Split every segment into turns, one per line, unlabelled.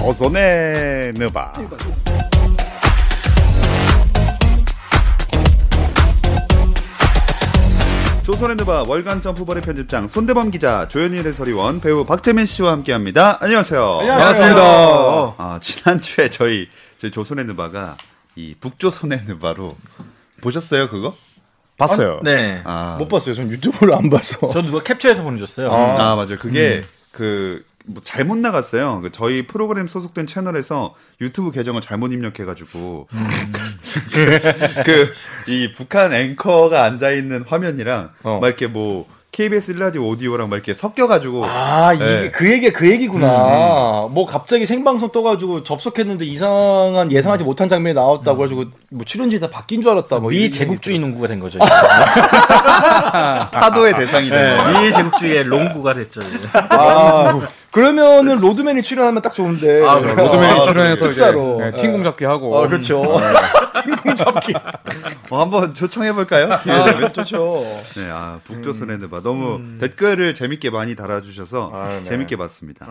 어선의 느바. 조선의 느바 월간 점프벌의 편집장 손대범 기자 조현일 해설위원 배우 박재민 씨와 함께합니다. 안녕하세요.
반갑습니다.
아, 지난주에 저희, 저희 조선의 느바가 이 북조선의 느바로 보셨어요 그거?
봤어요.
네.
아,
못 봤어요. 전 유튜브를 안 봐서.
저 누가 캡처해서 보내줬어요.
음.
아 맞아요. 그게 그뭐 잘못 나갔어요. 그 저희 프로그램 소속된 채널에서 유튜브 계정을 잘못 입력해가지고 그 이 북한 앵커가 앉아 있는 화면이랑
어.
막 이렇게 뭐 KBS 일라디오 오디오랑 막 이렇게 섞여가지고
아, 이게
네.
그 얘기 그 얘기구나. 뭐 갑자기 생방송 떠가지고 접속했는데 이상한 예상하지 못한 장면이 나왔다고 해가지고 뭐 출연진이 다 바뀐 줄 알았다. 뭐
미
이런
제국주의 농구가 된
아,
거죠.
파도의 대상이
네.
되는 거예요.
미 제국주의의 롱구가 됐죠. 이제.
얘기. 아, 그러면은 로드맨이 출연하면 딱 좋은데.
아, 그럼
로드맨이
아,
네, 출연해서
특사로.
이제, 네, 팅공 잡기 하고.
아, 그렇죠.
네.
킹콩 잡기.
어, 한번 초청해 볼까요? 기회 되면.
아, 좋죠.
네, 아 북조선의 느바 너무 댓글을 재밌게 많이 달아주셔서
아, 네. 아.
재밌게 봤습니다.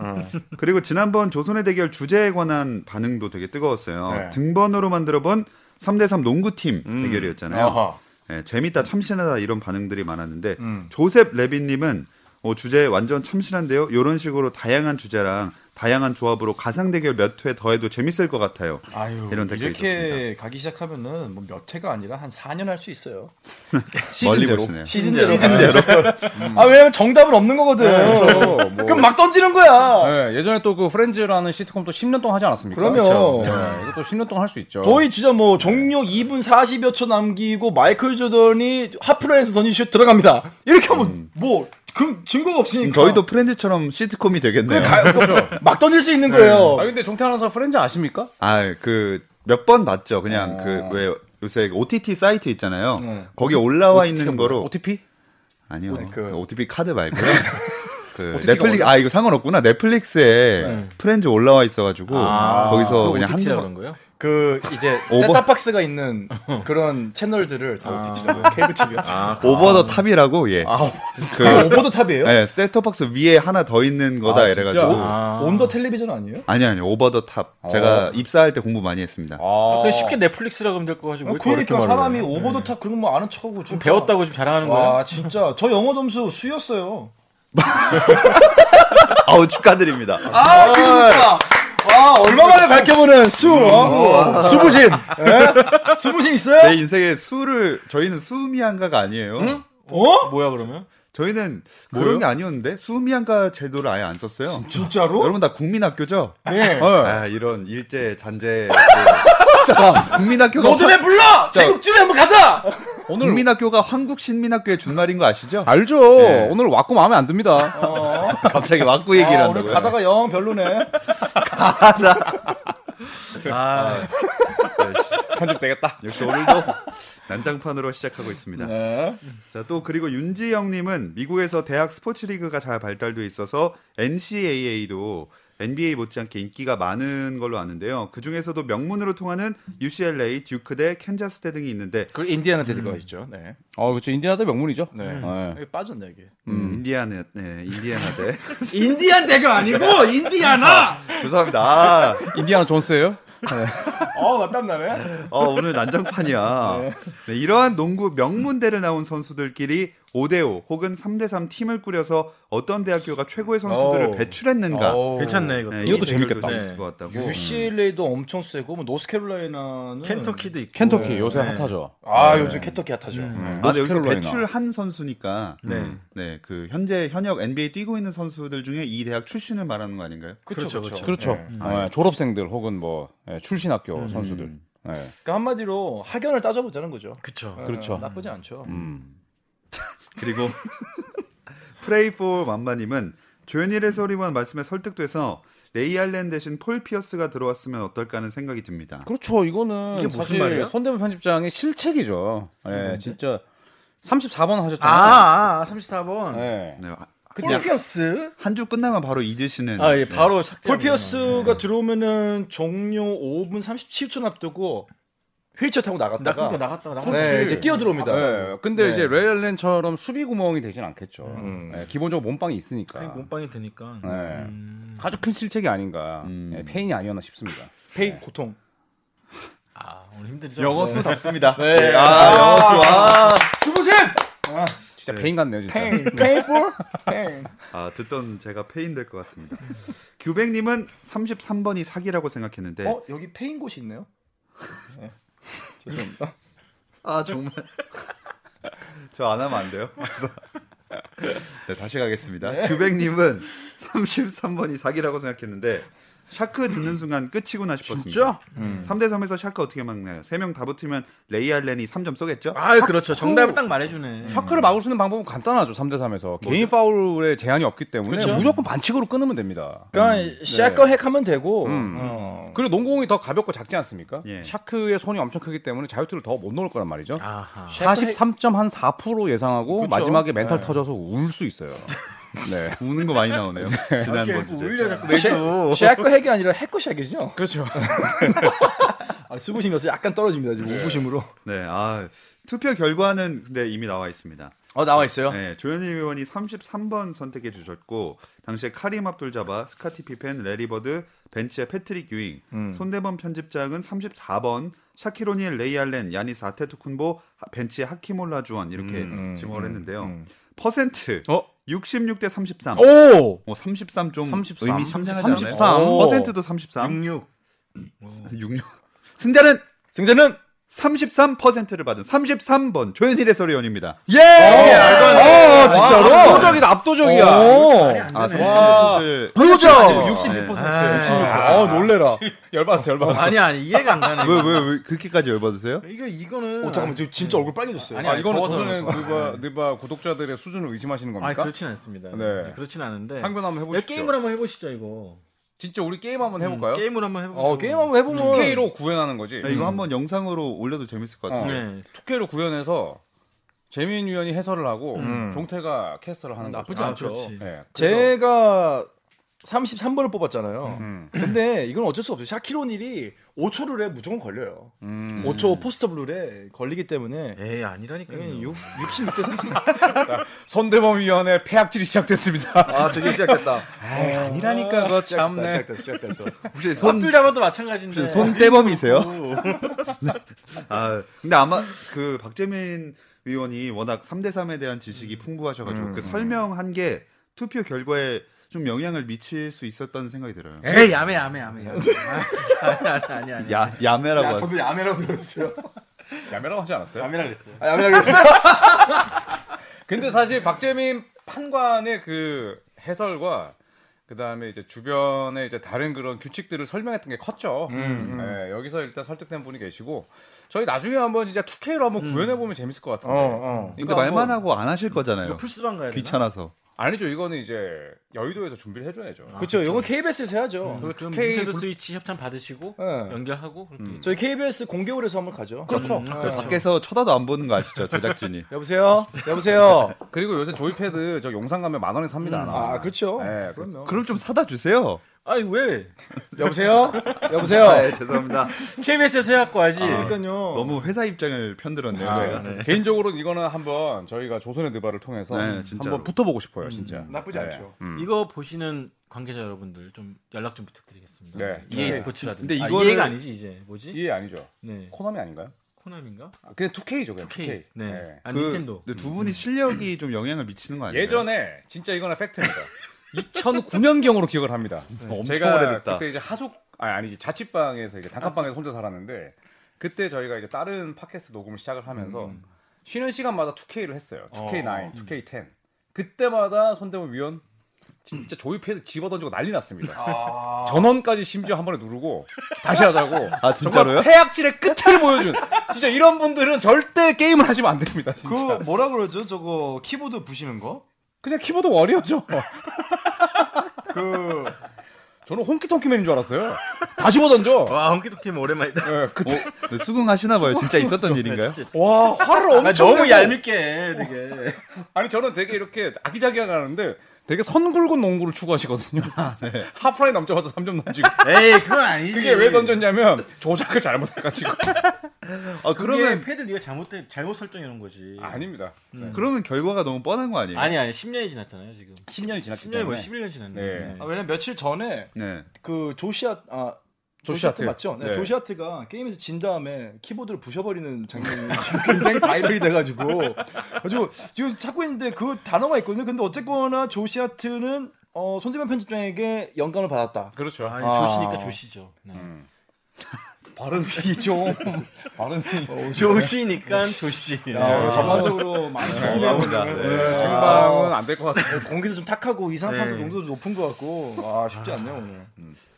그리고 지난번 조선의 대결 주제에 관한 반응도 되게 뜨거웠어요.
네. 음.
등번호로 만들어본 3대3 농구팀 대결이었잖아요.
아하.
네, 재밌다, 참신하다 이런 반응들이 많았는데
음.
조셉 레빈님은 어, 주제 완전 참신한데요. 이런 식으로 다양한 주제랑 다양한 조합으로 가상 대결 몇 회 더해도 재밌을 것 같아요.
아유,
이런 댓글이
이렇게
있었습니다.
가기 시작하면은 뭐 몇 회가 아니라 한 4년 할 수 있어요.
멀리
시즌제로.
보시네요.
시즌제로. 시즌제로. 아, 왜냐면 정답은 없는 거거든.
네, 그렇죠. 뭐.
그럼 막 던지는 거야.
네, 예전에 또 그 프렌즈라는 시트콤도 10년 동안 하지 않았습니까?
그럼요.
네, 이것도 10년 동안 할 수 있죠.
거의 진짜 뭐 종료 2분 40여 초 남기고 마이클 조던이 하프라인에서 던진 슛 들어갑니다. 이렇게 하면 뭐 그럼 증거가 없으니까
음. 저희도 그렇죠. 프렌즈처럼 시트콤이 되겠네요.
가- 뭐, 막 던질 수 있는 거예요.
네.
아 근데 종태 아나운서 프렌즈 아십니까?
아, 그, 몇 번 봤죠. 그냥 그, 왜, 요새 OTT 사이트 있잖아요. 거기 올라와 있는
어.
거로.
OTP?
아니요.
그-
그 OTP 카드 말고요. 그 넷플릭스, 아, 이거 상관없구나. 넷플릭스에 프렌즈 올라와 있어가지고,
아,
아,
거기서 그냥 한
아, 그런
번.
거요?
그 이제
오버-
셋탑박스가 있는 그런 채널들을 다 OTT라고 요 케이블 TV가
오버 더 탑이라고, 예. 그,
아, 오버더 탑이에요?
예, 셋톱박스 위에 하나 더 있는 거다,
아, 진짜?
이래가지고.
아.
온더 텔레비전 아니에요?
아니, 아니, 오버 더 탑. 제가 입사할 때 공부 많이 했습니다.
아,
그래 쉽게 넷플릭스라고 하면 될 거 가지고. 왜 그렇게
그러니까
말을
사람이
해? 네.
오버더 탑 그런 거 뭐 아는 척하고 지금
배웠다고 지금 자랑하는
아.
거예요?
와 진짜 저 영어 점수 수였어요.
아우, 축하드립니다.
아, 그니까. 와, 얼마만에 밝혀보는 수, 어? 수부심. 예? 수부심 있어요?
내 인생의 수를, 저희는 수미한가가 아니에요.
어?
뭐야 그러면?
저희는 그런 게 아니었는데 수미양가 제도를 아예 안 썼어요.
진짜로?
여러분 다 국민학교죠?
네.
아 이런 일제 잔재 그- 국민학교가
로드맨 뭐 불러! 제국주의 한번 가자!
오늘 국민학교가 한국 신민학교의 준말인 거 아시죠?
알죠.
네.
오늘 왔고 마음에 안 듭니다.
어.
갑자기 왁구 얘기를
아, 오늘
한다고요?
가다가 영 별로네.
아,
네. 편집되겠다.
역시 오늘도 난장판으로 시작하고 있습니다.
네.
자, 또 그리고 윤지영님은 미국에서 대학 스포츠 리그가 잘 발달돼 있어서 NCAA도 NBA 못지않게 인기가 많은 걸로 아는데요. 그 중에서도 명문으로 통하는 UCLA, 듀크대, 캔자스대 등이 있는데
그 인디아나 대드가 있죠. 네.
어, 그렇죠. 인디아도 명문이죠. 네.
여기 빠졌네, 여기.
음, 인디아나, 네, 인디아나대.
인디안 대가 아니고, 인디아나!
죄송합니다. 아,
인디아나 존스예요?
어, 맞담 나네.
어, 오늘 난장판이야. 네, 이러한 농구 명문대를 나온 선수들끼리 5대5 혹은 3대3 팀을 꾸려서 어떤 대학교가 최고의 선수들을
오.
배출했는가.
어,
어, 괜찮네 이거.
네,
이것도
이 대결도
재밌겠다.
재밌을 것 같다고.
UCLA도 엄청 세고, 뭐, 노스캐롤라이나는.
켄터키도 있고.
켄터키
네.
요새
네.
핫하죠.
아, 요즘 켄터키 핫하죠.
음. 아, 네, 여기서
노스캐롤라이나.
배출한 선수니까.
네.
네, 그 현재 현역 NBA 뛰고 있는 선수들 중에 이 대학 출신을 말하는 거 아닌가요?
그렇죠, 그렇죠.
그렇죠. 네, 졸업생들 혹은 뭐 예, 출신 학교 선수들. 예.
그러니까 한마디로 학연을 따져보자는 거죠.
그렇죠.
그렇죠.
어, 나쁘지 않죠.
음. 그리고 프레이포 맘마님은 조현일의 소리만 말씀에 설득돼서 레이 알렌 대신 폴 피어스가 들어왔으면 어떨까 하는 생각이 듭니다.
그렇죠. 이거는
이게 무슨
사실
말이에요?
손대문 편집장의 실책이죠. 예, 진짜 34번 하셨잖아요.
아, 아, 34번.
예.
네, 아,
폴 피어스?
한 주 끝나면 바로 잊으시는
아, 예, 바로 네. 삭제.
네. 폴 피어스가 들어오면은 종료 5분 37초 앞두고 휠체어 타고
나
나갔다가
그러니까 나갔다가 나갔다.
네, 이제 뛰어 들어옵니다.
네, 근데
네.
이제 레일렌처럼 수비 구멍이 되진 않겠죠.
음.
네, 기본적으로 몸빵이 있으니까.
아니, 몸빵이 되니까.
네.
음.
아주 큰 실책이 아닌가.
음.
네, 페인이 아니었나 싶습니다.
페인 고통.
아 오늘 힘들죠.
영어수 답습니다.
네. 아, 영어수와 스무셈.
진짜 페인 같네요, 진짜.
painful, pain.
아, 듣던 제가 페인 될 것 같습니다. 규백님은 33번이 사기라고 생각했는데
어 여기 페인 곳이 있네요. 네. 죄송합니다.
아 정말 저 안 하면 안 돼요. 그래서 네, 다시 가겠습니다. 규백님은 33번이 사기라고 생각했는데 샤크 듣는 순간 끝이구나 싶었습니다. 음.
진짜?
3대 3에서 샤크 어떻게 막나요? 3명 다 붙으면 레이 알렌이 3점 쏘겠죠?
아 그렇죠. 정답을 딱
음.
말해주네.
샤크를 막을 수 있는 방법은 간단하죠. 3대 3에서. 개인 파울에 제한이 없기 때문에
그쵸?
무조건 반칙으로 끊으면 됩니다.
그러니까 샷건 핵하면 되고.
음.
어.
그리고 농구공이 더 가볍고 작지 않습니까?
예.
샤크의 손이 엄청 크기 때문에 자유투를 더 못 넣을 거란 말이죠.
아하.
43.4% 예상하고
그쵸?
마지막에 멘탈
네.
터져서 울 수 있어요. 네.
아, 우는 거 많이 나오네요. 뭐 지난번 주제.
울려 자꾸
샤- 샷건 핵이 아니라 핵거 샷이죠.
그렇죠.
아, 수부심이어서 약간 떨어집니다 지금 우부심으로.
네, 아 투표 결과는 근데 이미 나와 있습니다.
어 나와 있어요.
네, 조현일 의원이 33번 선택해 주셨고 당시에 카림 압둘자바, 스카티 피펜, 레리버드, 벤치의 패트릭 유잉, 손대범 편집장은 34번, 샤키로니엘, 레이알렌, 야니스 아테투쿤보, 하- bench의 하키몰라 주원 이렇게
음,
지목을
음,
했는데요.
음.
퍼센트
어?
66 대 33.
오!
어, 33 좀
33?
의미 심장하지
33.
않아요? 어,
오.
퍼센트도 음, 33.
66.
66. 승자는
승자는
33%를 받은 33번 조현일의 소리원입니다.
예!
아, 진짜로?
와, 압도적이다, 압도적이야.
말이 안
아,
되네.
와.
선수들
루저.
61%.
아,
아 놀래라.
열받았어, 열받았어.
아니 아니 이해가 안 가네.
왜 왜 왜 그렇게까지 열받으세요?
이거 이거는 네.
어 잠깐만 지금 진짜 얼굴 빨개졌어요.
아니,
아니,
이거는
더워서
저는
그런
느바, 느바 구독자들의 수준을 의심하시는
아
겁니까?
그렇진 않습니다.
네.
네, 그렇진 않은데.
한번 한번
야,
해보시죠.
게임을 한번 해보시죠 이거.
진짜 우리 게임 한번
음,
해볼까요?
게임을 한번 해보죠.
어 게임 한번 해보면
음.
2K로 구현하는 거지.
야, 이거 한번 영상으로 올려도 재밌을 것 같은데.
네.
2K로 구현해서 재민 위원이 해설을 하고
음.
종태가 캐스터를 하는 거죠.
나쁘지
아,
않죠.
그렇지. 예.
제가 33번을 뽑았잖아요.
음.
근데 이건 어쩔 수 없어요. 샤키로닐이 5초 룰에 무조건 걸려요.
음.
5초 포스트업 룰에 걸리기 때문에
에이
음.
아니라니까요. 네.
66대 3.
선대범 위원의 폐악질이 시작됐습니다.
아, 드디어 시작됐다.
에이, 네, 아니라니까 그거 참네.
시작됐어, 시작됐어.
혹시 손
손들 잡아도 마찬가지인데.
손대범이세요? 아, 근데 아마 그 박재민 위원이 워낙 3대 3에 대한 지식이 풍부하셔 가지고 그 설명한 게 투표 결과에 좀 영향을 미칠 수 있었다는 생각이 들어요.
에이 야매 야매 야매. 야매. 아 진짜 아니 아니 아니.
야, 야매라고. 하죠.
야매라고 들었어요.
야매라고 하지 않았어요?
야매라 그랬어요.
아, 야매라고 들었어요.
근데 사실 박재민 판관의 그 해설과 그 다음에 이제 주변의 이제 다른 그런 규칙들을 설명했던 게 컸죠.
음,
예, 여기서 일단 설득된 분이 계시고 저희 나중에 한번 진짜 2K로 한번 구현해 보면 재밌을 것 같은데.
음. 어, 어.
근데
이거
말만
한번-
하고 안 하실
이거
거잖아요.
풀스방 가야 되나?
귀찮아서.
아니죠. 이거는 이제 여의도에서 준비를 해줘야죠.
그렇죠. 이건 KBS에서 해야죠.
음, 그럼
그럼
닌텐도
불-
스위치 협찬 받으시고
네.
연결하고 그렇게.
저희 KBS 공개홀에서 한번 가죠. 음,
그렇죠.
밖에서 쳐다도 안 보는 거 아시죠, 제작진이.
여보세요? 여보세요?
그리고 요새 조이패드 저 영상 가면 만 원에 삽니다. 하나.
아, 그렇죠.
예,
그럼요.
그럼 좀 사다 주세요.
아니 왜?
여보세요?
아,
여보세요?
예, 죄송합니다.
KBS에서 해갖고
아,
알지.
그러니까요.
너무 회사 입장을 편들었네요,
아,
제가.
네.
개인적으로 이거는 한번 저희가 조선의 느바를 통해서
네, 진짜로.
한번 붙어보고 싶어요, 진짜.
음, 나쁘지
네.
않죠.
이거 보시는 관계자 여러분들 좀 연락 좀 부탁드리겠습니다.
네.
EA
네.
스포츠라든지.
근데
아,
이거를-
EA가 아니지 이제
예?
뭐지?
이해 예, 아니죠?
네.
코나미 아닌가요?
코남인가?
아, 그냥 2K죠, 그냥 2K.
2K. 네.
예.
아
그,
닌텐도.
근데 두 분이 실력이 좀 영향을 미치는 거 아니에요?
예전에 진짜 이거는 팩트입니다. 2009년경으로 기억을 합니다.
네, 엄청
제가
오래됐다.
그때 이제 하숙 아니 아니지 자취방에서 이제 단칸방에서 혼자 살았는데 그때 저희가 이제 다른 팟캐스트 녹음을 시작을 하면서 쉬는 시간마다 2K를 했어요. 2K9,
음.
2K10. 그때마다 손대문 위원 진짜 조이패드 집어던지고 난리 났습니다. 아. 전원까지 심지어 한 번에 누르고 다시 하자고.
아, 진짜로요?
정말 폐악질의 끝을 보여준. 진짜 이런 분들은 절대 게임을 하시면 안 됩니다. 진짜.
그 뭐라 그러죠? 저거 키보드 부시는 거?
그냥 키보드 워리어죠.
그
저는 홍키통키맨인 줄 알았어요. 다 집어던져.
와 홍키도키면 오랜만이다.
예, 그때
어, 네, 수긍하시나 봐요. 진짜 있었던 일인가요?
진짜.
와 화를
아,
엄청
너무
내고.
얄밉게 해, 되게.
아니 저는 되게 이렇게 아기자기하게 하는데 되게 선굴고 농구를 추구하시거든요. 하프라인 넘자마자 3점 던지고.
에이 그건 아니지.
그게 왜 던졌냐면 조작을 잘못해가지고.
아
그러면
그러면
패드 네가 잘못 잘못 설정해 놓은 거지.
아닙니다.
음.
그러면 결과가 너무 뻔한 거 아니에요?
아니 아니 10년이 지났잖아요 지금.
10년이 지났기
10년이 뭐
때문에.
11년 지났네.
네.
네.
아, 왜냐면 며칠 전에
네.
그 조시아 아
조시아트.
조시아트 맞죠? 네,
네.
조시아트가 게임에서 진 다음에 키보드를 부셔버리는 장면이 지금 굉장히 바이럴이 돼가지고 가지고 지금 찾고 있는데 그 단어가 있거든요. 근데 어쨌거나 조시아트는 어, 손재만 편집장에게 영감을 받았다.
그렇죠.
아니
아.
조시니까 조시죠. 네.
음.
발음이 아, 좀
발음이
조시니까 조시.
야,
네.
전반적으로 많이
어,
지지네요.
나온다.
오늘.
네.
아,
생방은 안 될 것 같아요.
공기도 좀 탁하고 이산화탄소
네.
농도도 높은 것 같고 아 쉽지 않네요 오늘.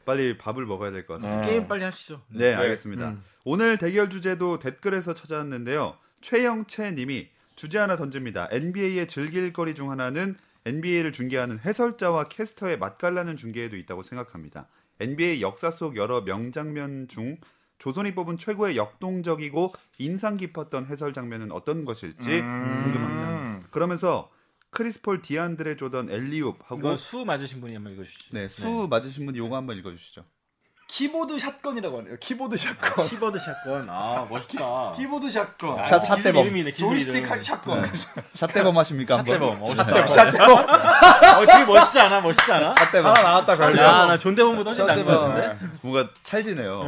빨리 밥을 먹어야 될 것 같습니다.
게임 빨리 하시죠.
네, 알겠습니다. 오늘 대결 주제도 댓글에서 찾아왔는데요. 최영채 님이 주제 하나 던집니다. NBA의 즐길 거리 중 하나는 NBA를 중계하는 해설자와 캐스터의 맛깔나는 중계에도 있다고 생각합니다. NBA 역사 속 여러 명장면 중 조선이 뽑은 최고의 역동적이고 인상 깊었던 해설 장면은 어떤 것일지
음.
궁금합니다. 그러면서 크리스폴 디안드레 조던 엘리웁 하고
이거 수 맞으신 분이 한번 읽어주시죠.
네, 수 맞으신 분이 요거 한번 읽어 주시죠.
키보드 샷건이라고 하네요. 키보드 샷건.
키보드 샷건. 아 멋있다. 아,
키보드 샷건.
샷- 샷
기술
대범.
이름이네, 기술
조이스틱
이름. 네.
샷건.
샷대범 하십니까?
샷대범. 어, 샷대범.
샷건.
어, 되게 멋있지 않아? 멋있지 않아?
샷대범.
나왔다
야, 나 존대범보다 훨씬 나은 것
샷대범.
같은데?
뭔가 찰지네요.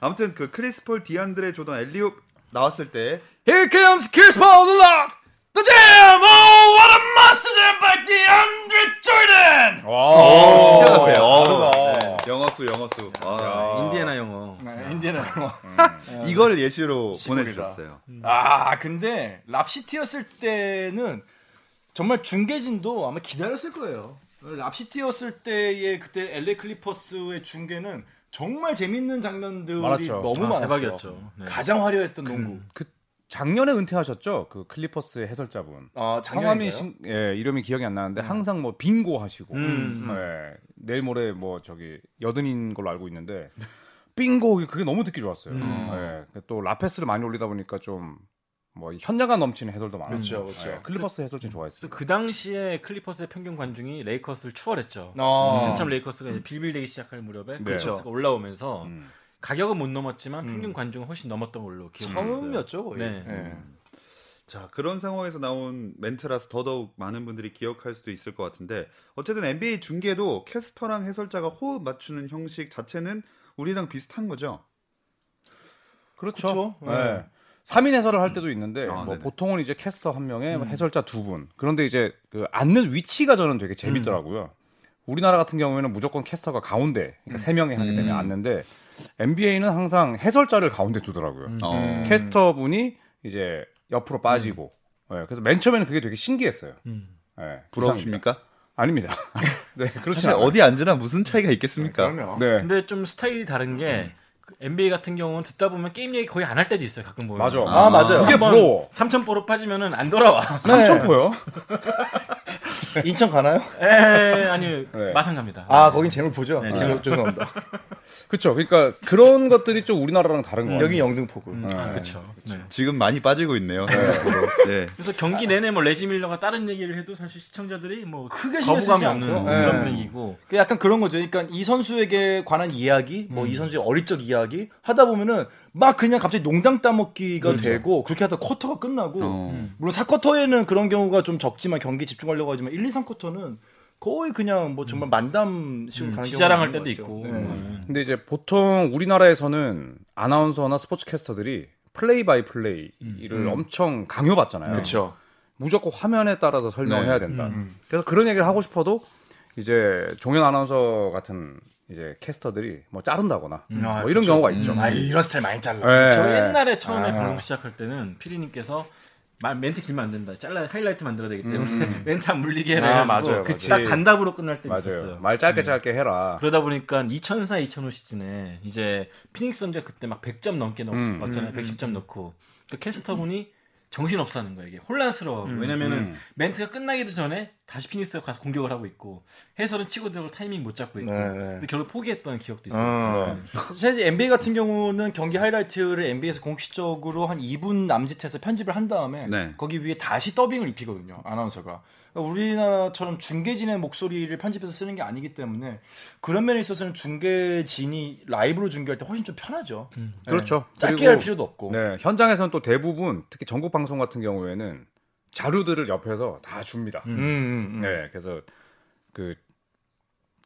아무튼 그 크리스폴 디안드레 조던 엘리옵 나왔을 때
Here comes Chris Paul the lock. The jam. Oh, what a master jam by DeAndre Jordan.
어,
어,
와,
진짜 같아요.
다르다.
영어수 영어수 아,
야.
인디애나 영어.
네, 인디애나. 뭐.
이걸 예시로
시골이다.
보내주셨어요.
아, 근데 랍시티였을 때는 정말 중계진도 아마 기다렸을 거예요. 랍시티였을 때의 그때 LA 클리퍼스의 중계는 정말 재밌는 장면들이
많았죠.
너무 많았어요.
아, 대박이었죠. 네.
가장 화려했던 농구.
작년에 은퇴하셨죠? 그 클리퍼스의 해설자분.
아, 작년인가요?
성함이 신, 예, 이름이 기억이
음.
안 나는데 항상 뭐 빙고 하시고
음.
예, 내일 모레 뭐 저기 여든인 걸로 알고 있는데 빙고 그게 너무 듣기 좋았어요. 예, 또 라페스를 많이 올리다 보니까 좀 뭐 현장감 넘치는 해설도 많았고
그렇죠, 그렇죠.
예, 클리퍼스 해설진 좋아했어요.
그래서 그 당시에 클리퍼스의 평균 관중이 레이커스를 추월했죠.
아.
음, 한참 레이커스가 이제 빌빌되기 시작할 무렵에
그렇죠.
클리퍼스가 올라오면서
음.
가격은 못 넘었지만
음.
평균 관중은 훨씬 넘었던 걸로 기억나요.
처음이었죠 거의.
네.
네.
자 그런 상황에서 나온 멘트라서 더더욱 많은 분들이 기억할 수도 있을 것 같은데 어쨌든 NBA 중계도 캐스터랑 해설자가 호흡 맞추는 형식 자체는 우리랑 비슷한 거죠.
그렇죠.
그쵸?
예. 3인 해설을 할 때도 있는데
아,
뭐
네네.
보통은 이제 캐스터 한 명에 해설자 두 분. 그런데 이제 그 앉는 위치가 저는 되게 재밌더라고요. 우리나라 같은 경우에는 무조건 캐스터가 가운데 그러니까 세 명이 하기 때문에
음.
앉는데 NBA는 항상 해설자를 가운데 두더라고요.
음.
어.
캐스터 분이 이제 옆으로 빠지고. 예, 그래서 맨 처음에는 그게 되게 신기했어요.
음.
예,
부러우십니까?
이상합니다. 아닙니다. 네, 그렇지
사실
않아요.
어디 앉으나 무슨 차이가 있겠습니까?
그럼요.
네,
근데 좀 스타일이 다른 게
음.
그 NBA 같은 경우는 듣다 보면 게임 얘기 거의 안 할 때도 있어요. 가끔 보면.
맞아.
아, 맞아요.
그게 부러워. 네.
삼천포로 빠지면은 안 돌아와.
삼천포요?
인천 가나요?
에 아니
네.
마산 갑니다.
아 거긴 재물 보죠.
네,
죄송- 죄송합니다.
그렇죠. 그러니까 그런 것들이 좀 우리나라랑 다른 거 같아요.
여기 영등포구.
음, 아, 그렇죠. 네.
지금 많이 빠지고 있네요. 네.
그래서 경기 내내 뭐 레지 밀러가 다른 얘기를 해도 사실 시청자들이 뭐
아. 크게 신경 쓰지
거부감이
않고요.
없는
네.
그런 분위기고
그 약간 그런 거죠. 그러니까 이 선수에게 관한 이야기, 뭐 이 선수의 어릴 적 이야기 하다 보면은 막 그냥 갑자기 농담 따먹기가 되고 그렇게 하다 쿼터가 끝나고
어.
물론 4쿼터에는 그런 경우가 좀 적지만 경기 집중하려고 하지만 1, 2, 3쿼터는 거의 그냥 뭐 정말 만담식으로 가는
음, 지자랑할
경우가
때도
많은 것
있고
같아요. 네.
음.
근데 이제 보통 우리나라에서는 아나운서나 스포츠캐스터들이 플레이 바이 플레이를 엄청 강요받잖아요.
그렇죠.
무조건 화면에 따라서 설명을
네.
해야 된다.
음.
그래서 그런 얘기를 하고 싶어도 이제 종현 아나운서 같은 이제 캐스터들이 뭐 자른다거나
아,
뭐 이런
그쵸.
경우가 있죠.
아 이런 스타일 많이 잘라.
예.
저 옛날에 처음에
아.
방송 시작할 때는 피디님께서 마- 멘트 길면 안 된다. 잘라 하이라이트 만들어야 되기 때문에 멘트 안 물리게 해라.
아, 맞아요,
그치.
딱 단답으로 끝날 때
맞아요.
있었어요.
말 짧게 짧게 해라.
그러다 보니까 2004, 2005 시즌에 이제 피닉스 선수가 그때 막 100점 넘게
음.
넣었잖아요. 110점 넣고 그 캐스터분이 정신 없어하는 거예요. 이게 혼란스러워. 왜냐면은
음.
멘트가 끝나기도 전에 다시 피닉스가 가서 공격을 하고 있고 해설은 치고 들어가 타이밍 못 잡고 있고
네, 네.
근데 결국 포기했던 기억도 있어요.
어. 사실 NBA 같은 경우는 경기 하이라이트를 NBA에서 공식적으로 한 2분 남짓해서 편집을 한 다음에
네.
거기 위에 다시 더빙을 입히거든요 아나운서가 그러니까 우리나라처럼 중계진의 목소리를 편집해서 쓰는 게 아니기 때문에 그런 면에 있어서는 중계진이 라이브로 중계할 때 훨씬 좀 편하죠 네.
그렇죠.
짧게
그리고-
할 필요도 없고
네, 현장에서는 또 대부분 특히 전국 방송 같은 경우에는 자료들을 옆에서 다 줍니다.
음.
음, 음, 음.
네, 그래서 그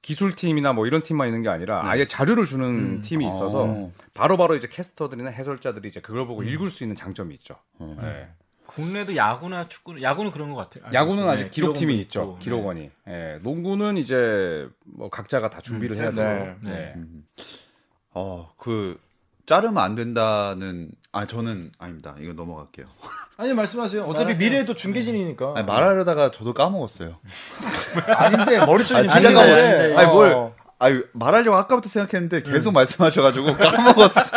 기술팀이나 뭐 이런 팀만 있는 게 아니라
네.
아예 자료를 주는
음.
팀이 있어서
어.
바로바로 이제 캐스터들이나 해설자들이 이제 그걸
음.
보고 읽을 수 있는 장점이 있죠.
어.
네.
국내도 야구나 축구 야구는 그런 것 같아요.
야구는
네,
아직 기록팀이
기록원도
있죠.
있고. 네.
기록원이. 예, 농구는 이제 뭐 각자가 다 준비를
음,
해야
네.
돼요. 네.
음. 어, 그 자르면 안 된다는 아 저는 아닙니다. 이거 넘어갈게요.
아니 말씀하세요 어차피
말하세요.
미래에도 중계진이니까
네.
음.
아니, 말하려다가 저도 까먹었어요.
아닌데 머릿속에
아니, 진짜
미래가
까먹었어요.
있는데.
아니, 뭘.
어.
아유 말하려고 아까부터 생각했는데 계속 말씀하셔가지고 까먹었어.